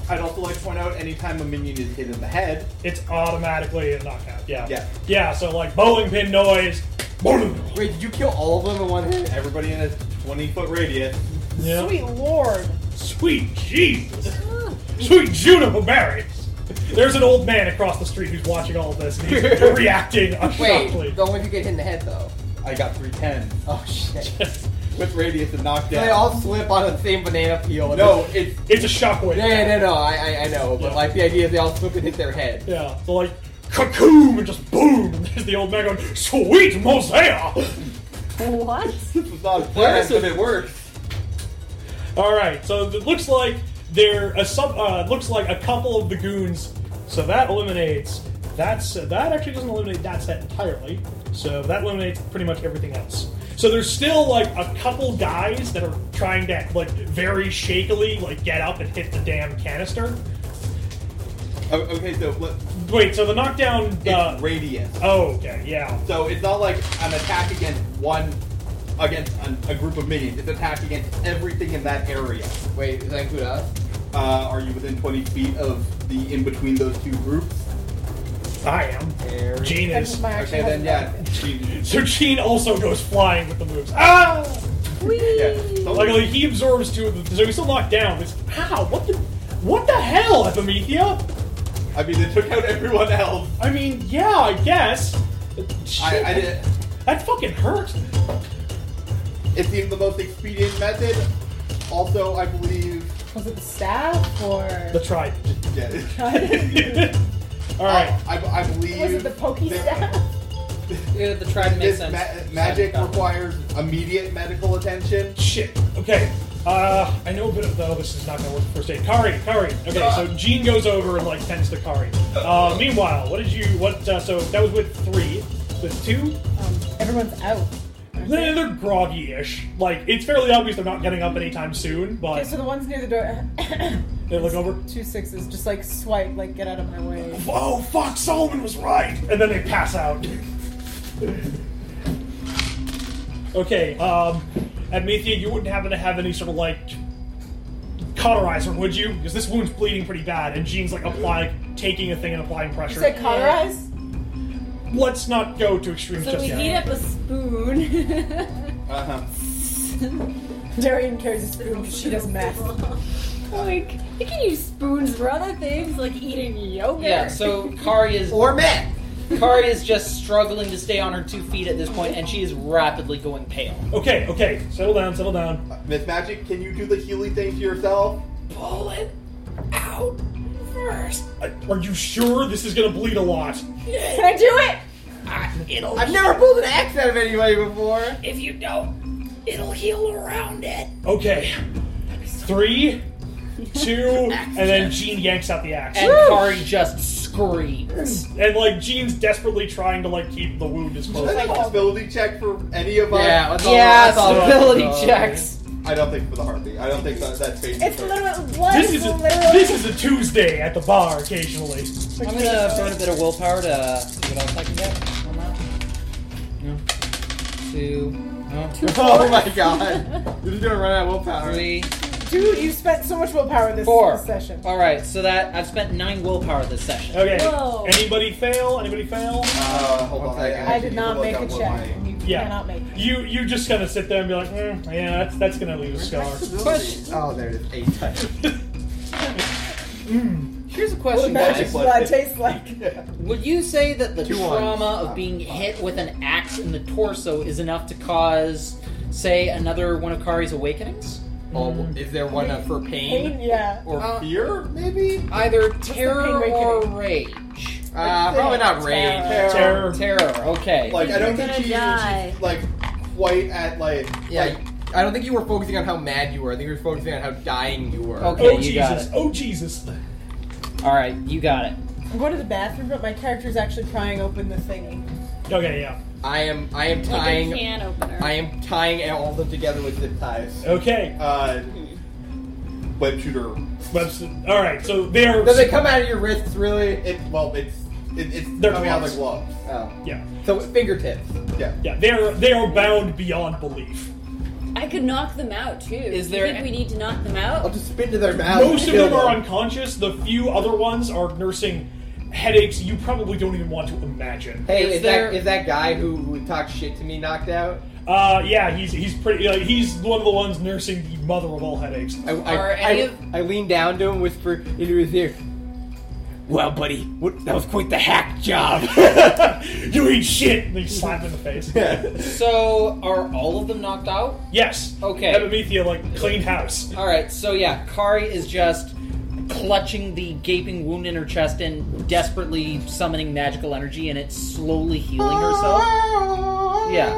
I'd also like to point out anytime a minion is hit in the head, It's automatically a knockout. Yeah. Yeah. Yeah. So like bowling pin noise. Wait, did you kill all of them in one hit? everybody in a 20 foot radius Yeah. Sweet lord. Sweet Jesus! Sweet Juniper berries! There's an old man across the street who's watching all of this and (laughs) he's reacting Wait, shockingly. the only if you get hit in the head though. I got three tens Oh shit. with radius and Do knockdown. They all slip on the same banana peel. no, it's (laughs) It's a shockwave. Yeah, yeah, no, no, I, I, I know, but Yeah. like the idea is they all slip and hit their head. Yeah, so like, cocoon, and just boom! And there's the old man going, sweet mosaic! What? this was not a plan, but it works. All right, so it looks like there a sub uh, it looks like a couple of the goons. So that eliminates that's that actually doesn't eliminate that set entirely. So that eliminates pretty much everything else. So there's still like a couple guys that are trying to like very shakily like get up and hit the damn canister. O- Okay, so let, Wait, so the knockdown. it's Uh, radius. oh, okay, yeah. So it's not like an attack against one, against an, a group of minions. It's attack against everything in that area. Wait, does that include us? Uh, are you within 20 feet of the in between those two groups? I am. Gene That's is. my action Okay, then yeah. hasn't- she- So Gene also goes flying with the moves. Ah! yeah. Luckily, he absorbs two of them, so he's still knocked down. It's how? What the? What the hell, Epimethea? I mean, they took out everyone else. I mean, yeah, I guess. I, Shit, I did. That fucking hurt. It seemed the most expedient method. Also, I believe. Was it the staff or (laughs) The trident. Yeah. (laughs) (laughs) All right. I, I believe. was it the pokey that- staff? Yeah, the trident makes This sense. ma- magic requires immediate medical attention. Shit. Okay. Uh, I know a bit of though. This is not gonna work for first aid. Kari, Kari. Okay, so Gene goes over and like tends to Kari. Uh, meanwhile, what did you? What? Uh, so that was with three. With two, Um, everyone's out. they're, they're groggy-ish. Like it's fairly obvious they're not getting up anytime soon. But Okay, so the ones near the door. (coughs) they look over. Two sixes, just like swipe, like get out of my way. Oh fuck, Solomon was right! And then they pass out. okay, um, Admethea, you wouldn't happen to have any sort of like cauterizer, would you? Because this wound's bleeding pretty bad, and Gene's like applying, taking a thing and applying Is pressure. that cauterize? Let's not go to extremes So just we yet. heat up a (laughs) spoon. Uh huh. Darian carries a spoon because she does math. like, you can use spoons for other things, like eating yogurt. Yeah, so Kari is Or men! Kari is just struggling to stay on her two feet at this point, and she is rapidly going pale. Okay, okay, settle down, settle down. Miss Magic, can you do the Healy thing to yourself? Pull it out first. I- Are you sure this is gonna bleed a lot? Can I do it? It'll I've never pulled an axe out of anybody before! if you don't, it'll heal around it. Okay. Three, two, and then Gene yanks out the axe. And Kari just screams. And like Gene's desperately trying to like keep the wound as close. Is that a possibility check for any of us? Yeah, let's all- let's all- ability let's all- checks. I don't think for the Harpy. I don't think that, that's faith. It's literally one. This is a, literally. this is a Tuesday at the bar occasionally. I'm gonna burn a bit of willpower to see what else I can get on that. No. Two. No. (laughs) Oh my (laughs) god. This is gonna run out of willpower. Three. Dude, you spent so much willpower this Four. session. All right, so that I've spent nine willpower this session. Okay. Whoa. Anybody fail? Anybody fail? Uh, hold One on. second. I, I did not make a check. and You Yeah. cannot make it. You you just kind of sit there and be like, mm, yeah, that's that's gonna leave a (laughs) scar. Question. Oh, there it is. Eight times. Here's a What question, magic guys. blood tastes like? Would you say that the Two ones. trauma of being hit with an axe in the torso is enough to cause, say, another one of Kari's awakenings? Oh, is there one up for pain? Pain, yeah. Or (laughs) Uh, fear, maybe? Either pain terror rating? or rage. Uh, probably not rage. Terror. Terror. Terror. Okay. Like I don't You're think gonna she die. she's like quite at like Yeah, like I don't think you were focusing on how mad you were. I think you were focusing on how dying you were. Okay. Oh you got Jesus! it. Oh Jesus! All right, you got it. I'm going to the bathroom, but my character's actually prying open the thingy. Okay, yeah. I am. I am Like a tying. can opener. I am tying all of them together with zip ties. Okay. uh, web shooter. Webster. All right. So they are. Does it come out of your wrists, really? It well, it's it, it's They're coming out of the gloves. Oh. Yeah. So fingertips. Yeah. Yeah. They are. They are bound beyond belief. I could knock them out too. Is You there think a- we need to knock them I'll out? just spit into their mouth. Most of them are unconscious. The few other ones are nursing headaches you probably don't even want to imagine. Hey, Is is, there- that is that guy who, who talked shit to me knocked out? Uh, yeah, he's he's pretty. Uh, he's one of the ones nursing the mother of all headaches. I, Are I, any I- of- I lean down to him, whisper into his ear. Well, buddy, what, that was quite the hack job. (laughs) you eat shit. And they slap him in the face. So, are all of them knocked out? Yes. Okay. Epimethea like cleaned house. All right, so yeah, Kari is just clutching the gaping wound in her chest and desperately summoning magical energy, and it's slowly healing herself. Yeah,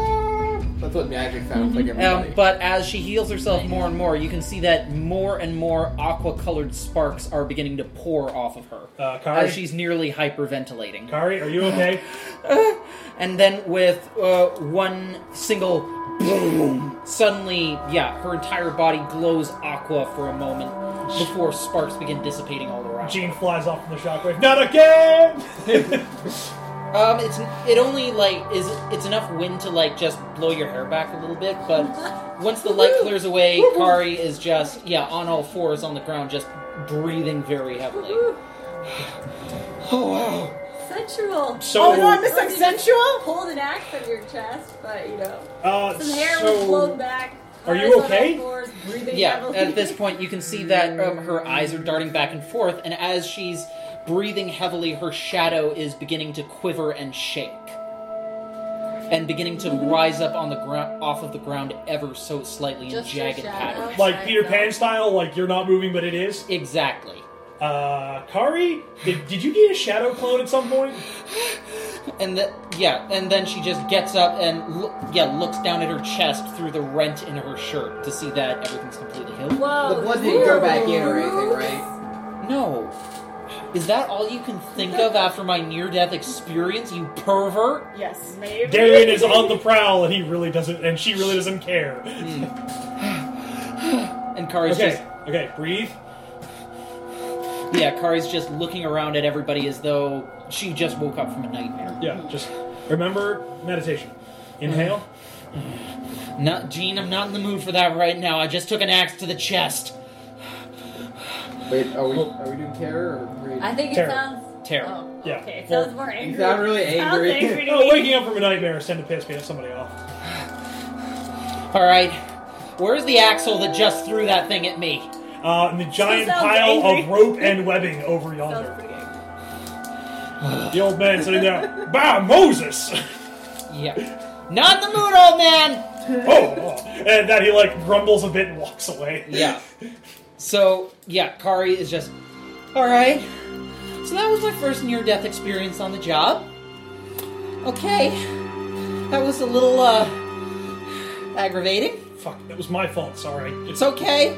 That's what magic sounds like, everybody. um, but as she heals herself more and more, you can see that more and more aqua-colored sparks are beginning to pour off of her Uh, Kari. as she's nearly hyperventilating. Kari, are you okay? And then with uh, one single boom, suddenly, yeah, her entire body glows aqua for a moment before sparks begin dissipating all around. Gene flies off from the shockwave. Not again. Um, it's it only like is it's enough wind to like just blow your hair back a little bit, (laughs) but once the light clears away, Kari is just yeah on all fours on the ground, just breathing very heavily. Oh wow! Sensual. so Oh, no, I missed like sensual? Pulled an axe from your chest, but you know, uh, some hair so was blown back. Are you eyes on all okay? Fours, breathing Yeah, heavily. at this point you can see that um, her eyes are darting back and forth, and as she's breathing heavily, her shadow is beginning to quiver and shake, and beginning (laughs) to rise up on the ground off of the ground ever so slightly Just in her jagged shadow? patterns. like Peter Pan style, like you're not moving, but it is. Exactly. Uh, Kari, did, did you get a shadow clone at some point? And the, yeah, and then she just gets up and loo- yeah looks down at her chest through the rent in her shirt to see that everything's completely healed. (laughs) Whoa, Oh, the blood didn't go back in or anything, right? No, is that all you can think of after my near-death experience? You pervert! Yes. Maybe. Darian is on the prowl, and he really doesn't, and she really doesn't care. And Kari's Okay, okay, breathe. just yeah, Kari's just looking around at everybody as though she just woke up from a nightmare. Yeah, just remember meditation. Inhale. Mm-hmm. Not Gene, I'm not in the mood for that right now. I just took an axe to the chest. Wait, are we, Oh. are we doing terror or rage? I think it Terrible. sounds. Terrible. Oh, Yeah. Okay, it Well, sounds more angry. you sound really (laughs) angry. Sounds angry to Oh, me. waking up from a nightmare is tend to piss me off somebody off. All right, where's the axle that just threw that thing at me? Uh, and the giant sounds pile of angry. rope (laughs) and webbing over Sounds yonder. pretty angry. The old man sitting there. Bah, Moses. (laughs) Yeah, not in the mood, old man. oh, oh. and that he like grumbles a bit and walks away. Yeah. So yeah, Kari is just all right. So that was my first near-death experience on the job. Okay, that was a little uh, aggravating. Fuck, that was my fault. Sorry. It's okay.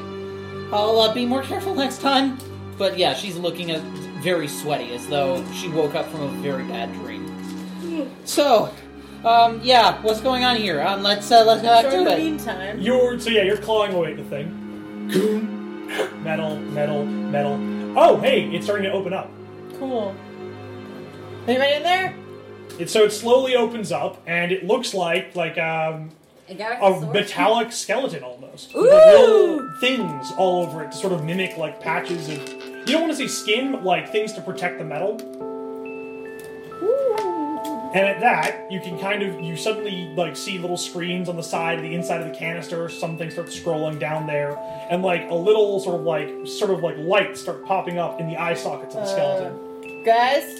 I'll uh, be more careful next time. But yeah, she's looking at very sweaty, as though she woke up from a very bad dream. So, um, yeah, what's going on here? Um, let's uh, let's uh, So in do the it. meantime, You're so yeah, you're clawing away at the thing. metal, metal, metal. Oh, hey, it's starting to open up. cool. Anybody in there? It, so it slowly opens up, and it looks like like um, A guy with a sword? metallic skeleton almost. With little things all over it to sort of mimic like patches of. You don't want to say skin, but like things to protect the metal. And at that, you can kind of you suddenly like see little screens on the side, the inside of the canister. Something starts scrolling down there, and like a little sort of like sort of like lights start popping up in the eye sockets of the skeleton. Guys,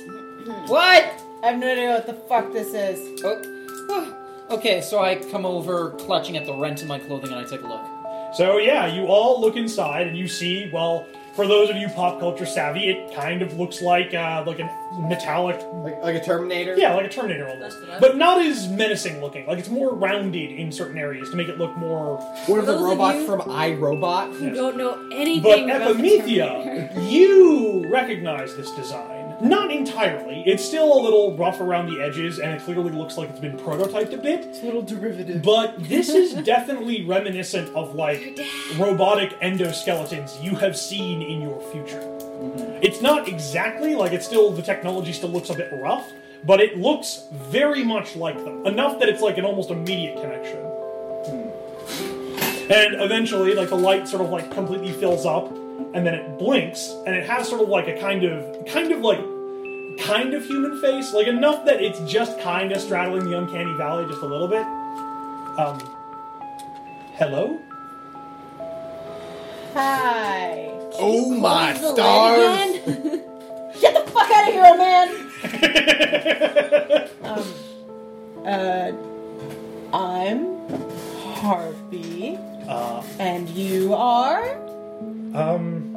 What? I have no idea what the fuck this is. Oh. Okay, so I come over clutching at the rent in my clothing and I take a look. So yeah, you all look inside and you see. Well, for those of you pop culture savvy, it kind of looks like uh, like a metallic, Like, like a Terminator? yeah, like a Terminator almost, That's what I- but not as menacing looking. Like it's more rounded in certain areas to make it look more. One of the Those of robots you- (laughs) from iRobot? Yes. Don't know But anything about the Terminator. Epimethea, you recognize this design. Not entirely. It's still a little rough around the edges, and it clearly looks like it's been prototyped a bit. Little (laughs) derivative. But this is definitely reminiscent of like robotic endoskeletons you have seen in your future. It's not exactly like it's still the technology still looks a bit rough, but it looks very much like them enough that it's like an almost immediate connection. And eventually, like the light sort of like completely fills up, and then it blinks, and it has sort of like a kind of kind of like kind of human face, like enough that it's just kind of straddling the uncanny valley just a little bit. Um, hello? Hi. Oh my Is the lead stars! again? (laughs) Get the fuck out of here, Hello? man! Um, uh, I'm Harvey, uh, and you are? um,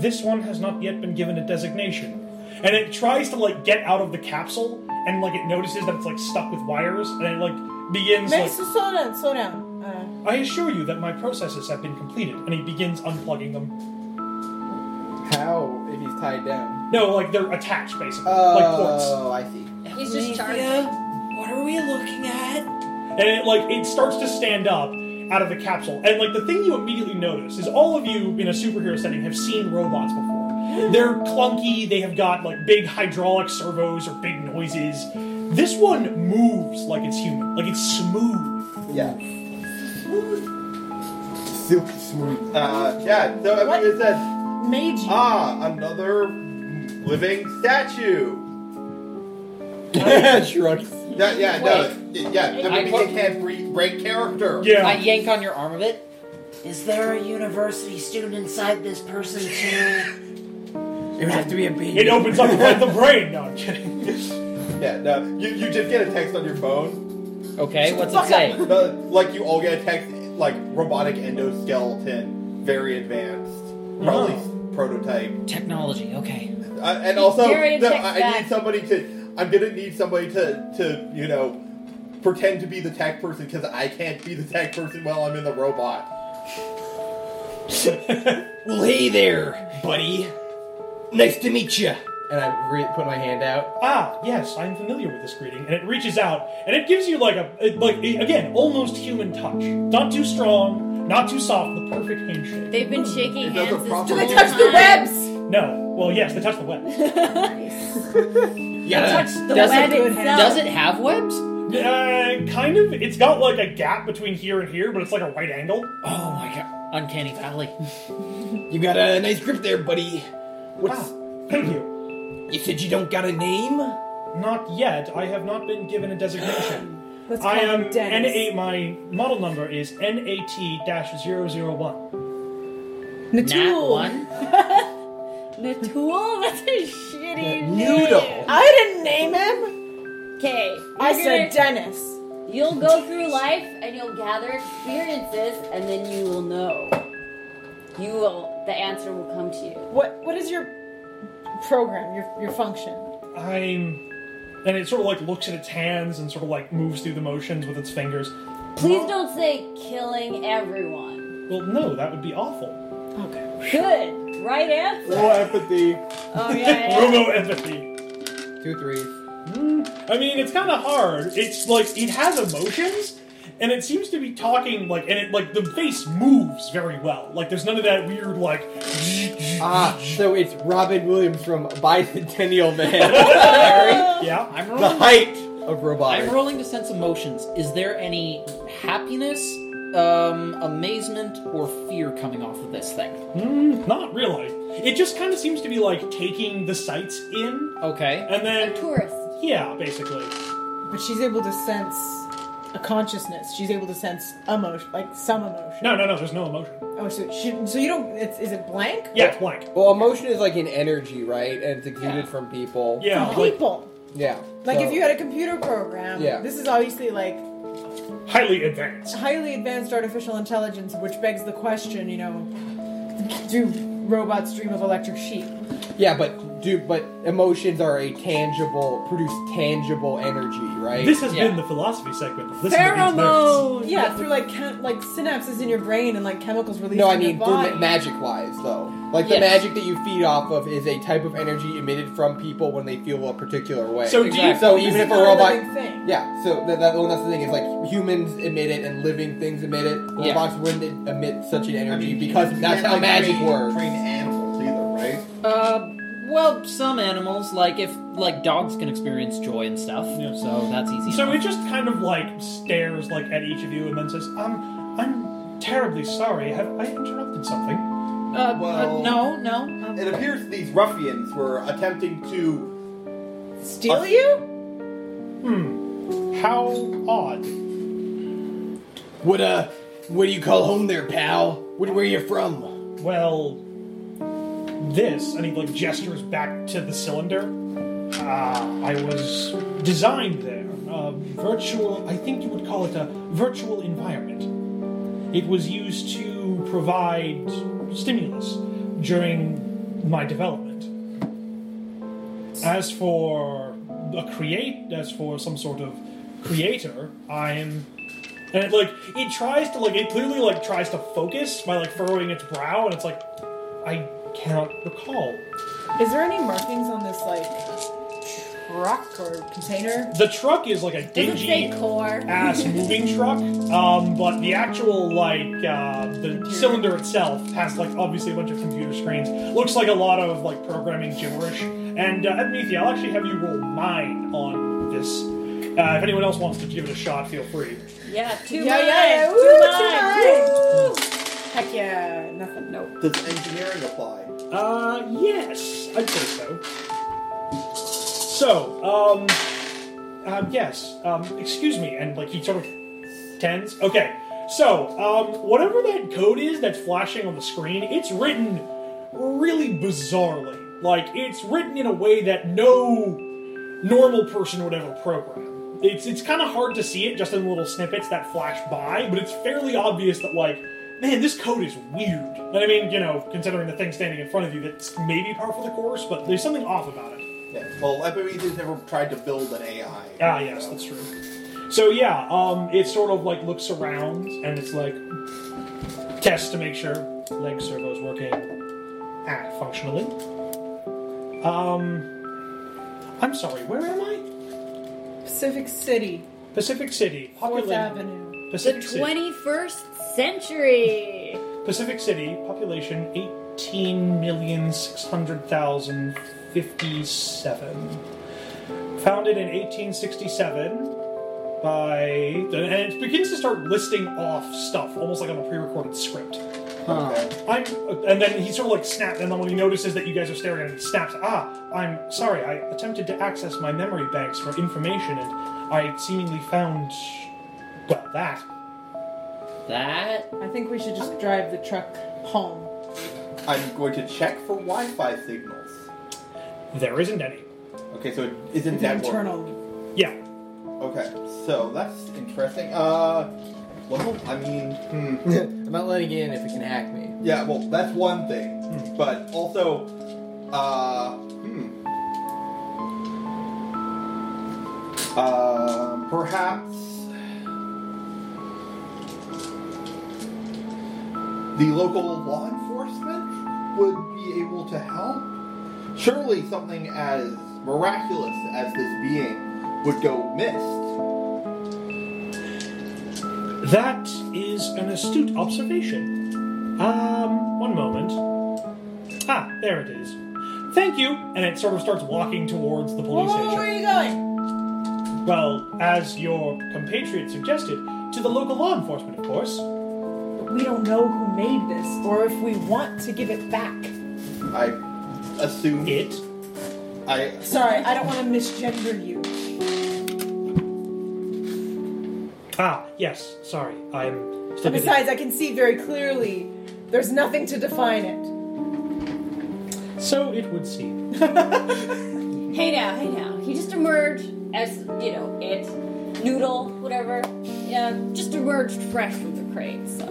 this one has not yet been given a designation. And it tries to, like, get out of the capsule, and, like, it notices that it's, like, stuck with wires, and it, like, begins, Max, like, slow down, slow down. Uh, I assure you that my processes have been completed, and he begins unplugging them. How if he's tied down? No, like, they're attached, basically, like cords. Oh, I see. He's just charging. What are we looking at? and it like it starts to stand up out of the capsule. And like the thing you immediately notice is all of you in a superhero setting have seen robots Hmm. before. They're clunky, they have got like big hydraulic servos or big noises. This one moves like it's human, like it's smooth. Yeah. Hmm. Silky smooth. Uh, yeah, so I What? mean, it says, mage. Uh, ah, another living statue. (laughs) Shrugs. That, yeah, no, yeah, that I would mean put- it can't bre- break character. Yeah. I yank on your arm a bit. Is there a university student inside this person too? It would have to be a baby. it opens up like the brain. No, I'm kidding. Yeah, no, you, you did get a text on your phone. Okay, what's it say? The, like, you all get a text, like, robotic endoskeleton, very advanced, probably s- prototype. Technology. Okay. I, and also, Gary no, checks I, I back. need somebody to. I'm gonna need somebody to to you know pretend to be the tech person because I can't be the tech person while I'm in the robot. (laughs) Well, hey there, buddy. Nice to meet you. And I re- put my hand out. Ah, yes, I'm familiar with this greeting, and it reaches out and it gives you like a it- like it- again almost human touch. Not too strong, not too soft, the perfect handshake. They've been shaking It does a hands. This proper- Do they whole touch time. No, well, yes, they touch the web. Yeah. Touch The does web it, itself. does it have webs? Oh Uh, kind of. It's got like a gap between here and here, but it's like a right angle. Oh my god. Uncanny Valley. (laughs) You got a nice grip there, buddy. What's? Ah, Thank you. You said you don't got a name? Not yet. I have not been given a designation. Let's call I am him Dennis. NA. My model number is NAT-001. Nat Natul. one. Natul? (laughs) That's a shitty Noodle. I didn't name him. Okay. I said Dennis. You'll go through life and you'll gather experiences and then you will know. You will, the answer will come to you. What What is your program? Your Your function? I'm. And it sort of like looks at its hands and sort of like moves through the motions with its fingers. Please don't say killing everyone. Well, no, that would be awful. Okay. Good. Right answer. No empathy. Oh, yeah. yeah. Robo empathy. Two threes. I mean, it's kind of hard. It's like it has emotions, and it seems to be talking like, and it like the face moves very well. Like there's none of that weird like. Ah, so it's Robin Williams from Bicentennial (laughs) Man. Yeah. I'm the rolling. height of robotics. I'm rolling to sense emotions. Is there any happiness, um, amazement, or fear coming off of this thing? Mm, (laughs) not really. It just kind of seems to be like taking the sights in, Okay. and A then tourist. yeah, basically. But she's able to sense a consciousness. She's able to sense emotion, like some emotion. No, no, no. There's no emotion. Oh, so she, so you don't. It's, is it blank? Yeah, it's blank. Well, emotion is like an energy, right? And it's exuded from people. Yeah. Like, People. Yeah. Like so- if you had a computer program. Yeah. This is obviously like highly advanced. highly advanced artificial intelligence, which begs the question. You know, do robots dream of electric sheep? Yeah, but do but emotions are a tangible, produce tangible energy, right? This has Yeah. been the philosophy segment. This Yeah, through like chem- like synapses in your brain and like chemicals released. no, I in your mean through ma- body. magic wise though. Like the Yes. magic that you feed off of is a type of energy emitted from people when they feel a particular way. So do you? Exactly. so This even is if a not robot, living thing. yeah. So that, that well, that's the thing is like humans emit it and living things emit it. Yeah. Robots wouldn't emit such an energy because that's how magic works. Train animals either, right? Uh, well, some animals, like if like dogs, can experience joy and stuff. Yeah. So that's easy. So enough. it just kind of like stares like at each of you and then says, "Um, I'm terribly sorry. Have I interrupted something?" Uh, Well- uh, no, no. uh, It appears these ruffians were attempting to. Steal you? Hmm. How odd. What uh, what do you call home there, pal? What, where you from? Well, this, and he like gestures back to the cylinder. Ah, I was designed there. A virtual, I think you would call it a virtual environment. It was used to provide stimulus during my development. As for a create, as for some sort of creator, I am and it, like it tries to like it clearly like tries to focus by like furrowing its brow, and it's like I cannot recall. Is there any markings on this like truck or container? The truck is like a Does it dingy say core? ass moving truck, um, but the actual like uh, the cylinder itself has like obviously a bunch of computer screens. Looks like a lot of like programming gibberish. And uh, Amnesia, I'll actually have you roll mine on this. Uh, if anyone else wants to give it a shot, feel free. Yeah, two yeah, mine, yeah, two woo, mine. two mine. Heck yeah, nothing. Nope. Does engineering apply? Uh, yes, I'd say so. So, um, um, yes, um, excuse me, and like he sort of tens. Okay, so um, whatever that code is that's flashing on the screen, it's written really bizarrely. Like it's written in a way that no normal person would ever program. It's it's kind of hard to see it just in little snippets that flash by, but it's fairly obvious that like, man, this code is weird. And I mean, you know, considering the thing standing in front of you, that's maybe par for the course, but there's something off about it. Yeah. Well, Epimetheus never tried to build an AI. Ah, yes, that's true. So yeah, um, it sort of like looks around and it's like tests to make sure leg servo's working ah, functionally. Um, I'm sorry, where am I? Pacific City, Pacific City, Fourth population Avenue. The Pacific City, 21st century. Pacific City, population eighteen million six hundred thousand fifty-seven. Founded in 1867 by and it begins to start listing off stuff almost like on a pre-recorded script. Okay. I'm, and then he sort of like snaps, and then when he notices that you guys are staring at him, he snaps. Ah, I'm sorry. I attempted to access my memory banks for information, and I seemingly found, well, that. That I think we should just drive the truck home. I'm going to check for Wi-Fi signals. There isn't any. Okay, so it isn't It's that internal. Yeah. Okay, so that's interesting. Uh, well, I mean, hmm. (laughs) I'm not letting it in if it can hack me. Yeah, well, that's one thing. But also, uh, hmm. Uh, perhaps the local law enforcement would be able to help. Surely something as miraculous as this being would go missed. That is an astute observation. Um, one moment. Ah, there it is. Thank you. And it sort of starts walking towards the Whoa, police whoa, whoa, station. where are you going? Well, as your compatriot suggested, to the local law enforcement, of course. We don't know who made this, or if we want to give it back. I assume It. I Sorry, I don't want to misgender you. Ah, yes. Sorry, I'm still. And besides, I can see very clearly. There's nothing to define it. getting- so it would seem. Hey now, hey now. He just emerged as, you know, it, noodle, whatever. Yeah, just emerged fresh from the crate, so.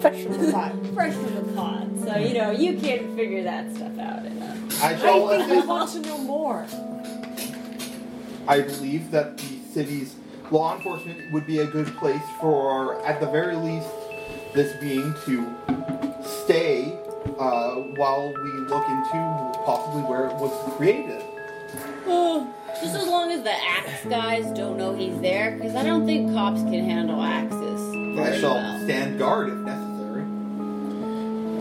Fresh (laughs) from the pot. Fresh from the pod, so, you know, you can figure that stuff out. And, uh, I shall I think we assume- want to know more. I believe that the city's law enforcement would be a good place for, at the very least, this being to stay uh, while we look into possibly where it was created. oh, just as long as the axe guys don't know he's there, because I don't think cops can handle axes. I very shall well. stand guard if necessary.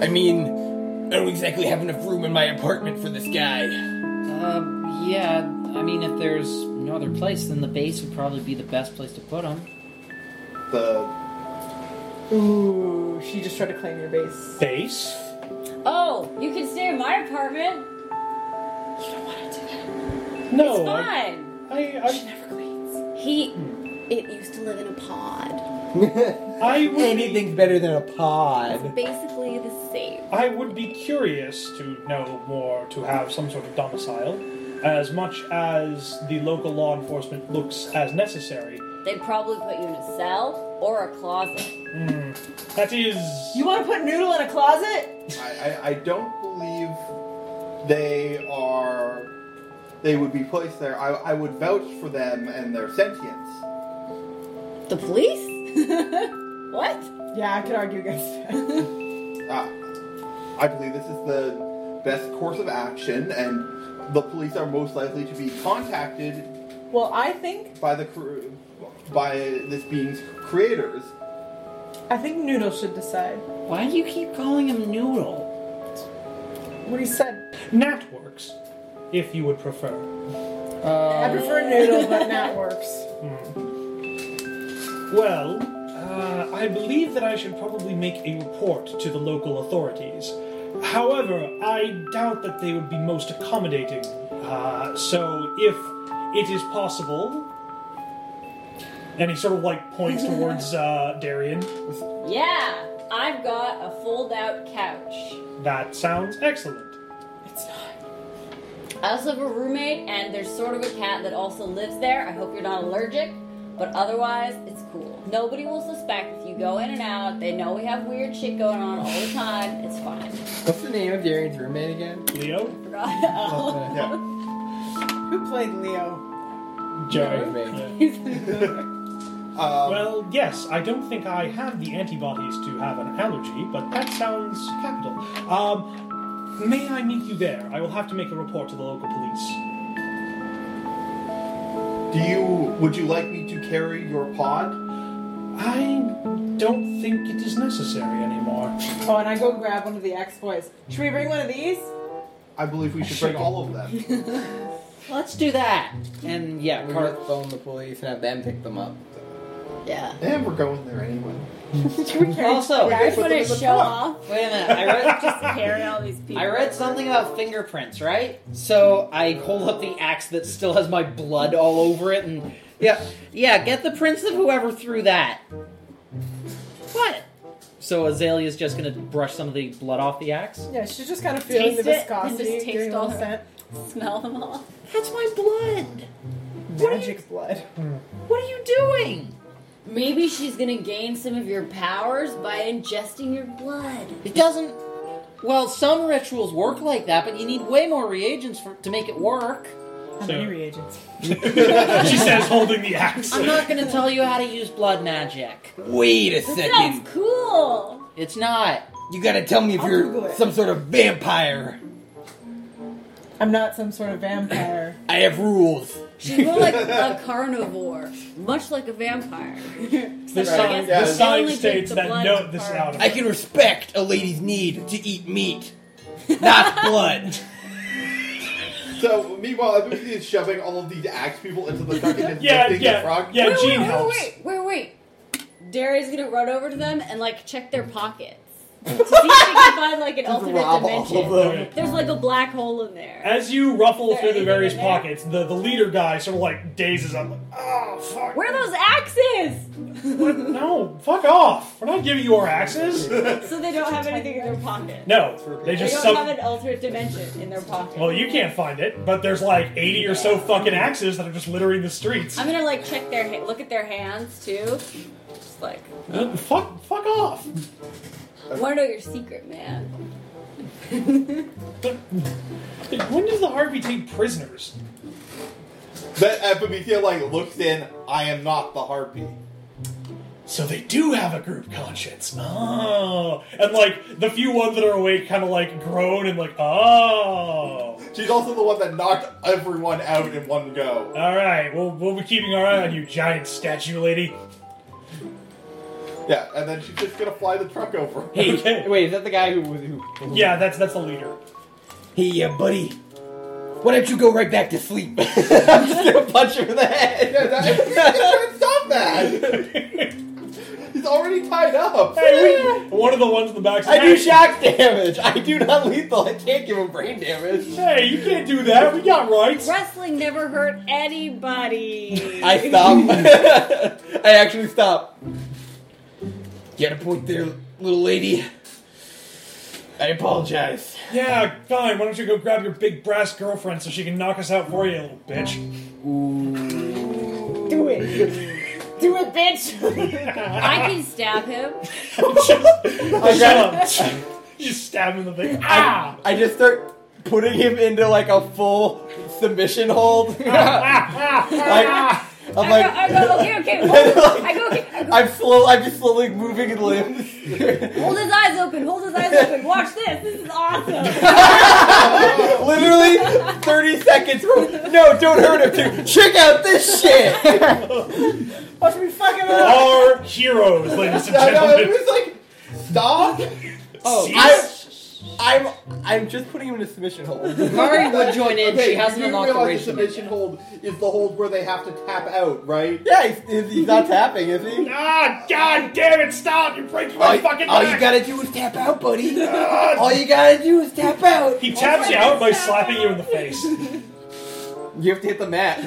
I mean, I don't exactly have enough room in my apartment for this guy. Um, yeah, I mean, if there's no other place, then the base would probably be the best place to put him. The Ooh, she just tried to claim your base. Base. Oh, you can stay in my apartment. Oh, You don't want to do that. No. Fine. I, I, I, He It used to live in a pod. Anything's better than a pod. Basically the same. I would be curious to know more, to have some sort of domicile, as much as the local law enforcement looks as necessary. They'd probably put you in a cell or a closet. Hmm, that is. You want to put Noodle in a closet? I, I, I don't believe they are. They would be placed there. I, I would vouch for them and their sentience. The police? what? Yeah, I could argue against that. (laughs) Ah, I believe this is the best course of action, and the police are most likely to be contacted well, I think by the cr- by this being's creators. I think Noodle should decide Why do you keep calling him Noodle? what he said. Nat works, if you would prefer. Uh, I prefer Noodle, but that works. Well, uh, I believe that I should probably make a report to the local authorities. However, I doubt that they would be most accommodating. Uh, so, if it is possible, and he sort of like points towards uh, Darian. (laughs) Yeah, I've got a fold out couch. That sounds excellent. I also have a roommate, and there's sort of a cat that also lives there. I hope you're not allergic, but otherwise, it's cool. Nobody will suspect if you go in and out. They know we have weird shit going on all the time. It's fine. (laughs) What's the name of Darian's roommate again? Leo, Forgot. (laughs) Yeah. Who played Leo? Joey. Roommate. Um, Well, yes, I don't think I have the antibodies to have an allergy, but that sounds capital. Um, may I meet you there? I will have to make a report to the local police. do you would you like me to carry your pod? I don't think it is necessary anymore. (laughs) Oh, and I go grab one of the ex boys. Should we bring one of these? I believe we should bring all of them. Let's do that. And yeah, We're Car- gonna phone the police and have them pick them up. Yeah. and we're going there anyway. also I just want to show off. wait a minute. I read Just carry all these people. I read something about fingerprints, right? So I hold up the axe that still has my blood all over it, and yeah, yeah, get the prints of whoever threw that. What? So Azalea's just gonna brush some of the blood off the axe. Yeah, she's just kind of feeling Taste the it, and just viscosity, taste getting all all her- scent. Smell them all. That's my blood. Magic blood. What are you doing? Maybe she's gonna gain some of your powers by ingesting your blood. It doesn't. Well, some rituals work like that, but you need way more reagents for, to make it work. How So- many reagents? she says, holding the axe. I'm not gonna tell you how to use blood magic. Wait a That second. sounds cool. It's not. You gotta tell me if I'll Google you're it. some sort of vampire. I'm not some sort of vampire. I have rules. She's more like a carnivore, much like a vampire. (laughs) The Except I sign, guess the they sign only drink states the that blood no, this is part. out of I can respect a lady's need to eat meat, (laughs) not blood. So meanwhile, everybody is shoving all of these axe people into the truck and (laughs) just Yeah, lifting yeah, the frog. yeah. Wait, Gene wait, wait, helps. wait, wait, wait. Derry's gonna run over to them and like check their pockets to see if she can find like an alternate rob all dimension. of them. There's like a black hole in there. As you ruffle Is there through the anything various in there? pockets, the, the leader guy sort of like dazes up, like, oh, fuck. Where are those axes? No, fuck off. We're not giving you our axes. So they don't have anything in their pocket. No, they They just sub. don't have an alternate dimension in their pocket. Well, you can't find it, but there's like 80 or so fucking axes that are just littering the streets. I'm gonna like check their ha- look at their hands too. Just like Uh, fuck, fuck off. I wanna know your secret, man. But- When does the Harpy take prisoners? That Epimethea like looks in. I am not the harpy. So they do have a group conscience. Oh. And like the few ones that are awake kind of like groan and like, oh. She's also the one that knocked everyone out in one go. All right, we'll, we'll be keeping our eye on you, giant statue lady. Yeah, and then she's just gonna fly the truck over. (laughs) Hey, (laughs) Okay. wait, is that the guy who? who, who Yeah, that's that's the leader. (laughs) Hey, yeah, buddy. Why don't you go right back to sleep? I'm just gonna punch him in the head. Yeah, that, Epimethea can't stop that. He's already tied up. Hey, (laughs) we, one of the ones in the back. I do shock damage. I do not lethal. I can't give him brain damage. Hey, you can't do that. We got rights. Wrestling never hurt anybody. I stop. I actually stop. You had a point there, little lady. I apologize. Yeah, fine. Why don't you go grab your big brass girlfriend so she can knock us out for you, little bitch? Do it. (laughs) Do it, bitch. I can stab him. I grab (laughs) You stab him in the thing. I, I just start putting him into like a full submission hold. (laughs) like I'm I like go, I go, okay, okay, (laughs) hold, I go, okay, I go, I'm slow. I'm just slowly moving his limbs. (laughs) hold his eyes open, hold his eyes open, watch this, this is awesome. Literally 30 seconds. From, no, don't hurt him. Dude. Check out this shit. (laughs) Watch me fucking up. Our heroes, ladies (laughs) and I know, it gentlemen. was like, stop. Oh, I, I'm I'm just putting him in a submission hold. Mari would join in. Okay, she hasn't you unlocked the realize rage the limit submission yet. hold is the hold where they have to tap out, right? Yeah, he's, he's- he's not tapping, is he? Ah, god damn it! Stop! You're breaking my fucking all back. you gotta do is tap out, buddy. all you gotta do is tap out. he taps you out by slapping you in the (laughs) face. You have to hit the mat.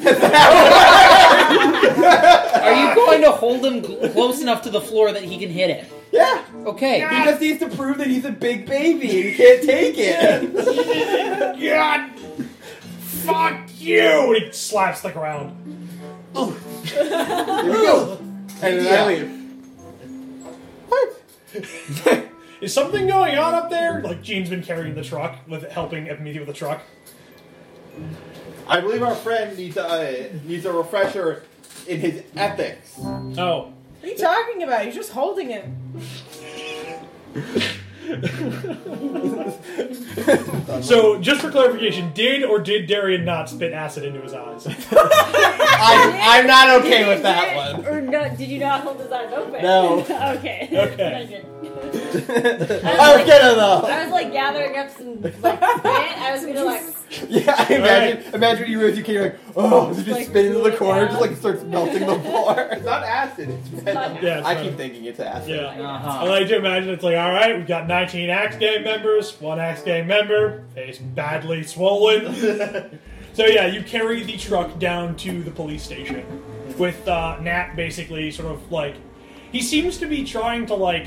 Are you going to hold him gl- close enough to the floor that he can hit it? yeah. Okay. He just needs to prove that he's a big baby and he can't take it. God, fuck you! He slaps the ground. Here we go. And then I leave. Is something going on up there? Like Gene's been carrying the truck with helping Epimethea with the truck. I believe our friend needs a uh, needs a refresher in his ethics. Oh, What are you talking about? You're just holding it. so just for clarification, did or did Darian not spit acid into his (laughs) eyes? I, I'm not (laughs) okay with that one. Or no, did you not hold his eyes open? No. (laughs) okay. Okay. (laughs) I was gonna though. I was like gathering up some like spit. I was (laughs) gonna like Yeah, I imagine. Imagine what you were if you came like, oh, just Like, spin into the corner, yeah. just like starts melting (laughs) the floor. It's not acid. It's venom. Yeah, it's I fine. keep thinking it's acid. Yeah. I Uh-huh. like to imagine it's like, all right, we've got 19 Axe Gang members, one Axe Gang member, face badly (laughs) swollen. so yeah, you carry the truck down to the police station with uh, Nat basically sort of like. He seems to be trying to like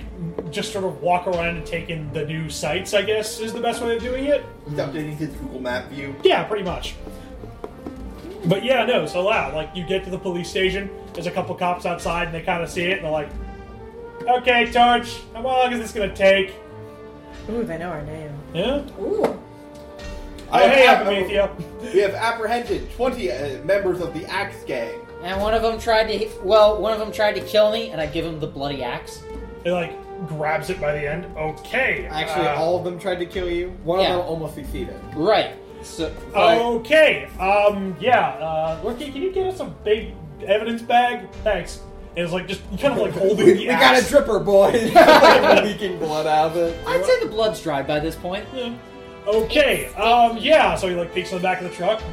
just sort of walk around and take in the new sights, I guess, is the best way of doing it. He's updating his Google Map view. Yeah, pretty much. But yeah, no, so loud. Like, you get to the police station, there's a couple cops outside, and they kind of see it, and they're like, okay, Torch, how long is this going to take? Ooh, they know our name. Yeah? Ooh. Oh, hey, have- Epimethea. We have apprehended 20 uh, members of the Axe Gang. And one of them tried to. hit- Well, one of them tried to kill me, and I give him the bloody axe. It, like, grabs it by the end. Okay. Actually, uh, all of them tried to kill you. One Yeah. of them almost succeeded. Right. So. Oh. Okay. Um, yeah. Uh, Lurky, can you get us a big evidence bag? Thanks. And it's like, just you kind of like holding the We got a axe. dripper, boy. (laughs) like leaking blood out of it. I'd say the blood's dry by this point. Okay. Um. Yeah. So he like peeks in the back of the truck.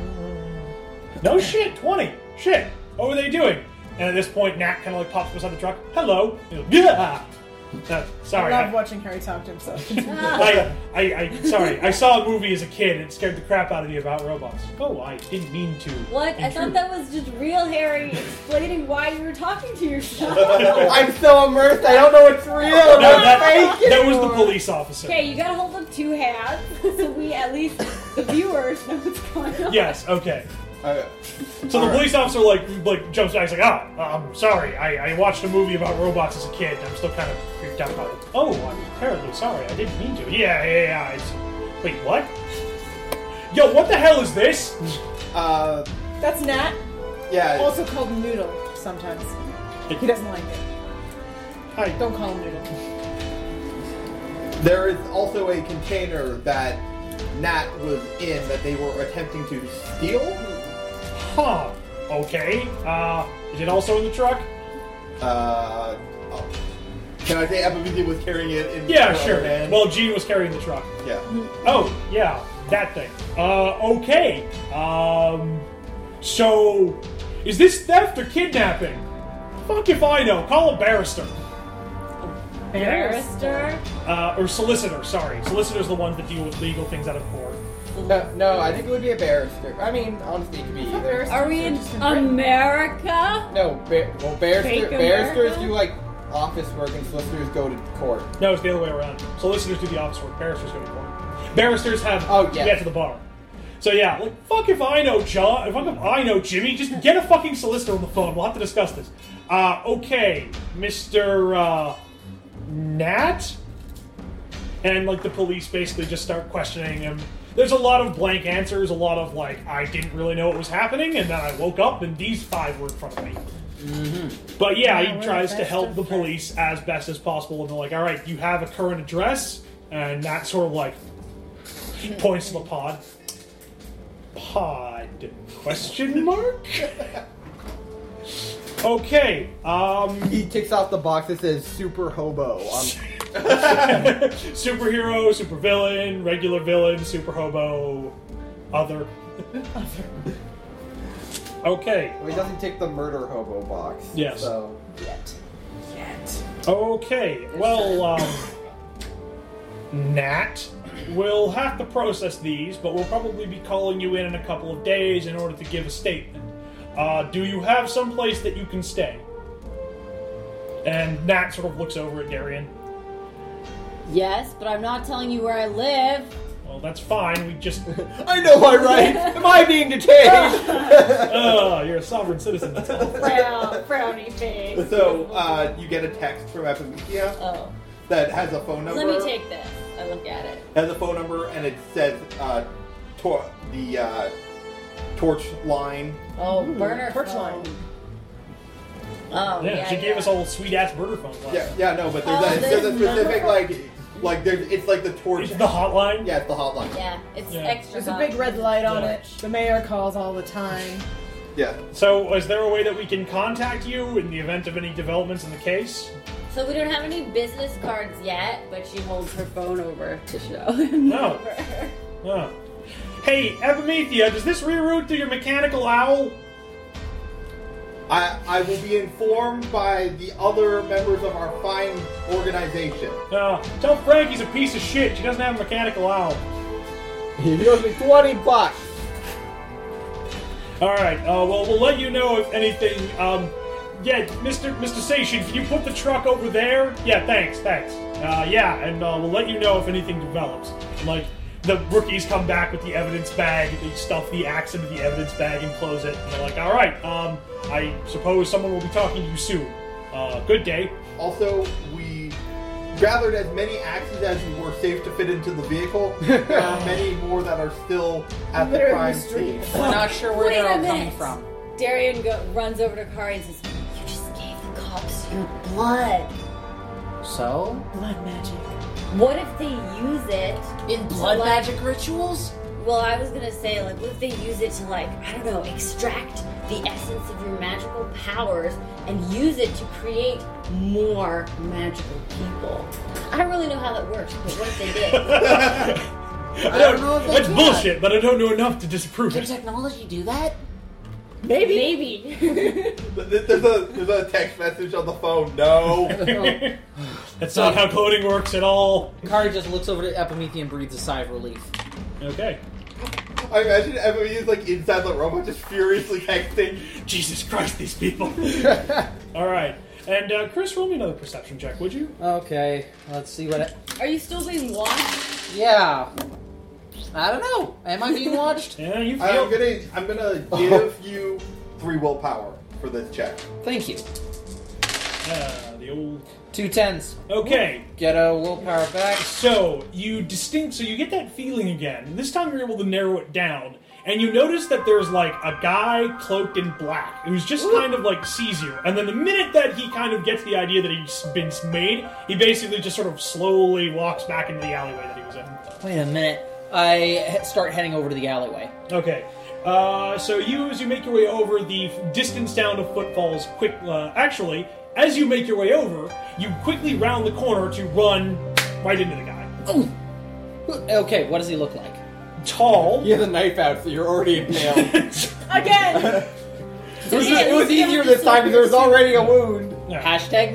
No shit. Twenty. Shit. What were they doing? And at this point, Nat kind of like pops beside the truck. Hello. He's like, yeah. Uh, sorry. I love I, watching Harry talk to himself. I, I, I, sorry. I saw a movie as a kid and it scared the crap out of me about robots. Oh, I didn't mean to. what? I thought intrude. that was just real Harry explaining why you were talking to yourself. (laughs) I'm so immersed. I don't know what's real. No, No, that, that was the police officer. Okay, you gotta hold up two halves so we at least the viewers know what's going on. Yes. Okay. Okay. So the police officer like like jumps back. He's like, "Ah, oh, I'm sorry. I, I watched a movie about robots as a kid. I'm still kind of freaked out by it." Oh, I'm terribly sorry. I didn't mean to. Yeah, yeah, yeah. It's... Wait, what? Yo, what the hell is this? Uh, That's Nat, yeah. also called Noodle sometimes. He doesn't like it. Hi. Don't call him Noodle. There is also a container that Nat was in that they were attempting to steal. Huh. Okay. Uh, is it also in the truck? Uh, oh. Can I say Epimethea was carrying it in Yeah, her sure. other hand? Well, Gene was carrying the truck. yeah. Oh, yeah, that thing. Uh, okay. Um, so, is this theft or kidnapping? Fuck if I know. Call a barrister. Barrister? Uh, or solicitor, sorry. Solicitor's the ones that deal with legal things out of court. No, no, I think it would be a barrister. I mean, honestly, it could be either. Are we in America? No, ba- well, barrister, Fake barristers America? do like office work, and solicitors go to court. No, it's the other way around. Solicitors do the office work. Barristers go to court. Barristers have oh, yeah. get to the bar. So yeah, like fuck if I know John, fuck if I know Jimmy, just get a fucking solicitor on the phone. We'll have to discuss this. Uh, okay, Mister uh, Nat, and like the police basically just start questioning him. There's a lot of blank answers, a lot of like I didn't really know what was happening, and then I woke up and these five were in front of me. But yeah, Yeah, we're he tries to best help of the police as best as possible, and they're like, "All right, you have a current address," and that sort of like points to the pod. Pod (laughs) question mark? Okay. Um, he ticks off the box that says "super hobo." On, (laughs) Superhero, supervillain, regular villain, super hobo, other. (laughs) okay. well, he doesn't tick the murder hobo box. Yes. So Okay. Well, um, Nat, we'll have to process these, but we'll probably be calling you in in a couple of days in order to give a statement. Uh, do you have some place that you can stay? And Nat sort of looks over at Darian. Yes, but I'm not telling you where I live. Well, that's fine. We just. I know my rights. Am I being detained? (laughs) Oh, you're a sovereign citizen. That's all. Frown, frowny face. So uh, you get a text from Epimethea Oh. that has a phone number. Let me take this. I look at it. Has a phone number and it says uh, tor- the uh, torch line. Oh, burner torch phone. line. Oh, Yeah, yeah. she gave us a whole sweet ass murder phone. last Yeah, time. yeah, no, but there's, Oh, a, there's a there's a specific like, like there's it's like the torch. It's the hotline. yeah, it's the hotline. Yeah, it's Yeah. extra. There's a hot. big red light on Yeah. it. The mayor calls all the time. Yeah. So, is there a way that we can contact you in the event of any developments in the case? So we don't have any business cards yet, but she holds her phone over to show (laughs) him. No. over. Oh. Hey, Epimethea, does this reroute to your mechanical owl? I, I will be informed by the other members of our fine organization. Uh, tell Frank he's a piece of shit. She doesn't have a mechanical owl. he owes me twenty bucks. All right. Uh, well, we'll let you know if anything. Um, yeah, Mister Mister Station, can you put the truck over there? Yeah, thanks, thanks. Uh, yeah, and uh, we'll let you know if anything develops. Like the rookies come back with the evidence bag, they stuff the axe into the evidence bag and close it, and they're like, "All right, um, I suppose someone will be talking to you soon. Uh, good day." (laughs) Also, we gathered as many axes as were safe to fit into the (laughs) vehicle. There are many more that are still at the They're in the crime scene. street. (laughs) We're not sure where Wait they're a all coming minute. from. Darian go- runs over to Kari and says, "You just gave the cops your blood. So? Blood magic. What if they use it In blood Blood. magic (laughs) rituals? Well, I was gonna say, like, what if they use it to, like, I don't know, extract the essence of your magical powers and use it to create more magical people? I don't really know how that works, but what if (laughs) they did? I don't know if they that's can. bullshit, but I don't know enough to disprove Can it. technology do that? Maybe. (laughs) Maybe. There's a, there's a text message on the phone. No. (laughs) That's not how coding works at all. Kari just looks over to Epimetheus and breathes a sigh of relief. Okay. I imagine Emily is like inside the robot, just furiously texting. Jesus Christ, these people. All right. And uh, Chris, roll me another perception check, would you? Okay, let's see what. It, Are you still being watched? yeah. I don't know. Am I being watched? Yeah, you feel I'm gonna I'm gonna (laughs) give you three willpower for this check. Thank you. uh, the old. Two tens. Okay, Get a willpower back. so you distinct, so you get that feeling again. and This time you're able to narrow it down, and you notice that there's like a guy cloaked in black who's just kind of like sees you, and then the minute that he kind of gets the idea that he's been made, he basically just sort of slowly walks back into the alleyway that he was in. Wait a minute. I he- start heading over to the alleyway. Okay. Uh, so you, as you make your way over, the f- distance down of footfalls quick. Uh, actually, as you make your way over, you quickly round the corner to run right into the guy. Okay, what does he look like? Tall. (laughs) He has a knife out, so you're already in jail. Again! (laughs) It was, it was (laughs) easier this time because there was already a wound. Hashtag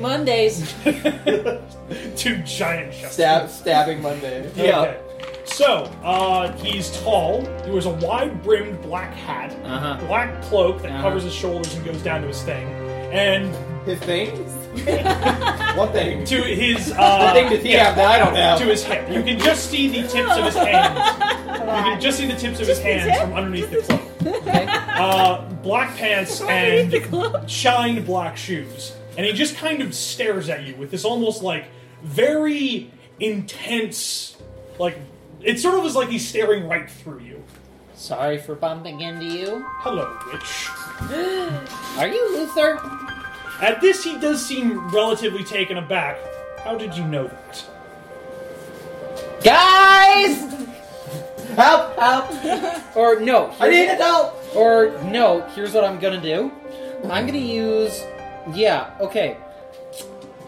(laughs) Mondays. (laughs) Two giant chests. Stab, stabbing Monday. Okay. So, uh, he's tall. He wears a wide brimmed black hat, Uh-huh. black cloak that Uh-huh. covers his shoulders and goes down to his thing. And His thing? what thing? to his. Uh, What thing does he have that I don't have? To his head. You can just see the tips (laughs) of his hands. You can just see the tips of his hands from underneath the cloak. (laughs) Uh, black pants and shined black shoes. And he just kind of stares at you with this almost like very intense, like it sort of is like he's staring right through you. Sorry for bumping into you. Hello, witch. Are you Luther? At this, he does seem relatively taken aback. How did you know that? Guys! Help! Help! (laughs) Or no. I here's- need help! Or no, here's what I'm gonna do. I'm gonna use. Yeah, okay.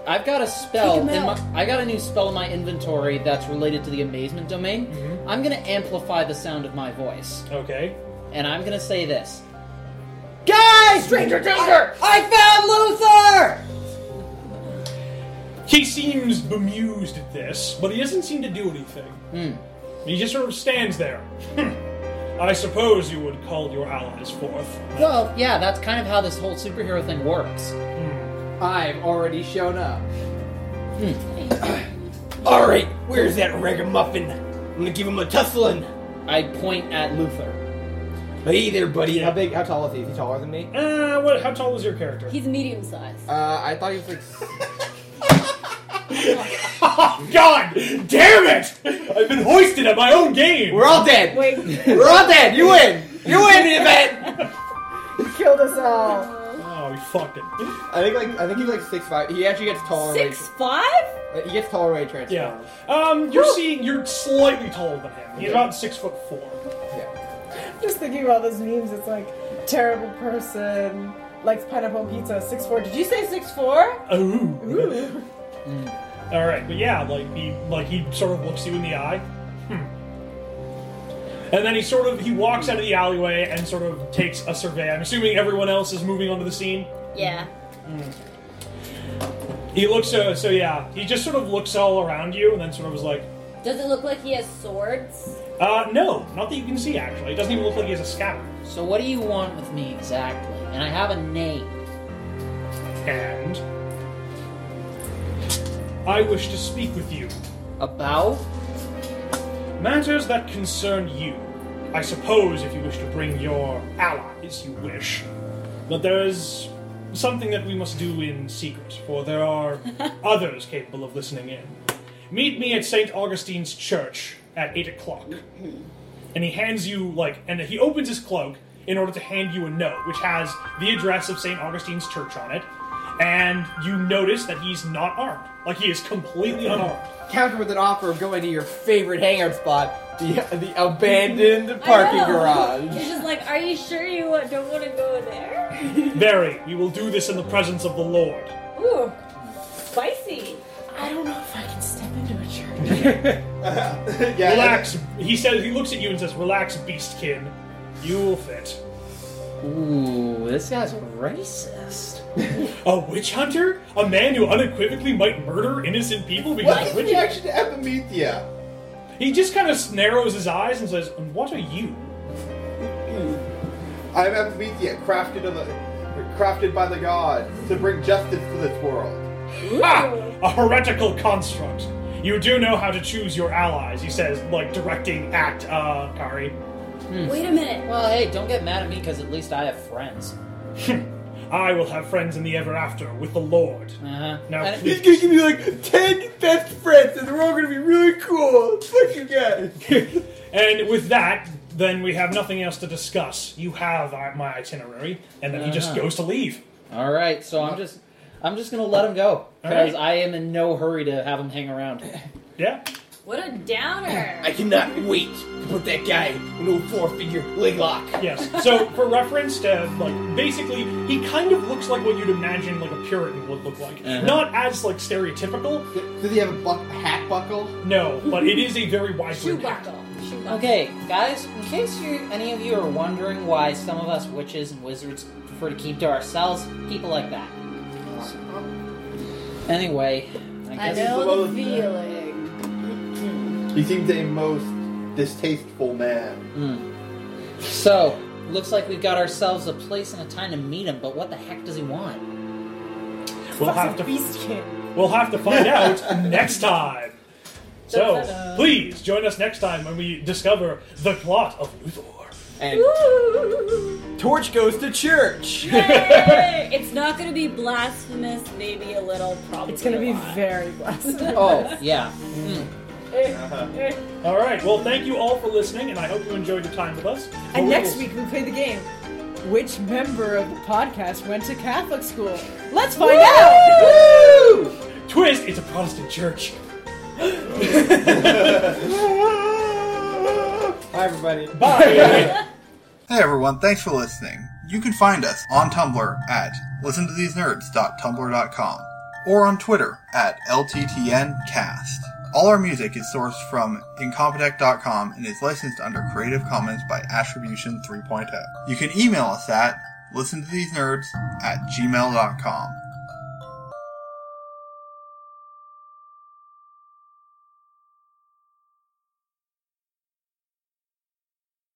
I've got a spell. Take 'em In out. my, I got a new spell in my inventory that's related to the amazement domain. Mm-hmm. I'm gonna amplify the sound of my voice, Okay. and I'm gonna say this. Guys! Stranger danger! I found Luther! He seems bemused at this, but he doesn't seem to do anything. Hmm. He just sort of stands there. "Hmm. I suppose you would call your allies forth. Well, yeah, that's kind of how this whole superhero thing works. I've already shown up. (clears throat) Alright, where's that ragamuffin? I'm gonna give him a tussling. I point at Luther. Hey there, buddy. How big? How tall is he? Is he taller than me? Uh, what, how tall is your character? (laughs) He's medium sized. Uh, I thought he was like. s- Oh, God damn it! I've been hoisted at my own game! We're all dead. Wait, We're all dead. You win. You win, event. you killed us all. oh, we fucked it. I think like I think he's like six five. He actually gets taller. when he- Six five? uh, He gets taller when he Yeah. transforms. Um, you're seeing, you're slightly taller than him. He's about six foot four. Just thinking about those memes, it's like terrible person likes pineapple pizza. Six four. Did you say six four? Ooh. Ooh. All right, but yeah, like he like he sort of looks you in the eye, hmm. and then he sort of he walks out of the alleyway and sort of takes a survey. I'm assuming everyone else is moving onto the scene. Yeah. He looks uh, so so yeah. He just sort of looks all around you and then sort of is like, Does it look like he has swords? uh, no, not that you can see actually. It doesn't even look like he has a scabbard. So, what do you want with me exactly? And I have a name. And I wish to speak with you. About? Matters that concern you. I suppose if you wish to bring your allies, you wish. But there is something that we must do in secret, for there are others capable of listening in. Meet me at St. Augustine's Church at 8 o'clock. And he hands you, like, and he opens his cloak in order to hand you a note, which has the address of St. Augustine's Church on it. And you notice that he's not armed. Like, he is completely unarmed. Counter with an offer of going to your favorite hangout spot, the the abandoned parking know. garage. (laughs) (laughs) He's just like, are you sure you wa- don't want to go there? (laughs) Very, we will do this in the presence of the Lord. Ooh, spicy. I don't know if I can step into a church. yeah, Relax. He says. He looks at you and says, "Relax, beastkin. You will fit." Ooh, this guy's racist. A witch hunter? A man who unequivocally might murder innocent people because What of did we witch? actually have to meet ya? He just kind of narrows his eyes and says, "And "What are you?" I am Epimethea, crafted of the, crafted by the gods to bring justice to this world. Ha! A heretical construct. You do know how to choose your allies, he says, like directing at uh, Kari. (laughs) Wait a minute. Well, hey, don't get mad at me because at least I have friends. I will have friends in the ever after with the Lord. Uh-huh. Now, And- please- gonna give me like ten best friends, and they're all gonna be really cool. Fuck you (laughs) guys. And with that, then we have nothing else to discuss. You have uh, my itinerary, and then he just Uh-huh. goes to leave. All right, so I'm just I'm just gonna let him go because I am in no hurry to have him hang around. Yeah. What a downer. (clears throat) I cannot wait to put that guy in a four-figure leg lock. Yes. So for reference to like basically he kind of looks like what you'd imagine like a Puritan would look like. Uh-huh. Not as like stereotypical, Does he have a buck- hat buckle? no, but it is a very wide Shoe brimmed hat. buckle. Shoe Okay, guys, in case you any of you are wondering why some of us witches and wizards prefer to keep to ourselves, people like that. Anyway, I I guess know This the is feeling. He seems a most distasteful man. Hmm. So, looks like we've got ourselves a place and a time to meet him, but what the heck does he want? We'll have to Beast kid. We'll have to find out next time. So Da-da-da. please join us next time when we discover the plot of Luthor. And Torch goes to church. Yay! it's not going to be blasphemous, maybe a little, probably. It's gonna a be lot. very (laughs) blessed. Oh, yeah. All right. Well, thank you all for listening, and I hope you enjoyed your time with us. But And we next will- week we play the game. Which member of the podcast went to Catholic school? Let's find out! twist, it's a Protestant church. Hi, everybody. Bye. Hey everyone, thanks for listening. You can find us on Tumblr at listentothesenerds.tumblr.com or on Twitter at LTTNcast. All our music is sourced from incompetech.com and is licensed under Creative Commons by oh. Attribution 3.0. You can email us at listentothesenerds at gmail.com.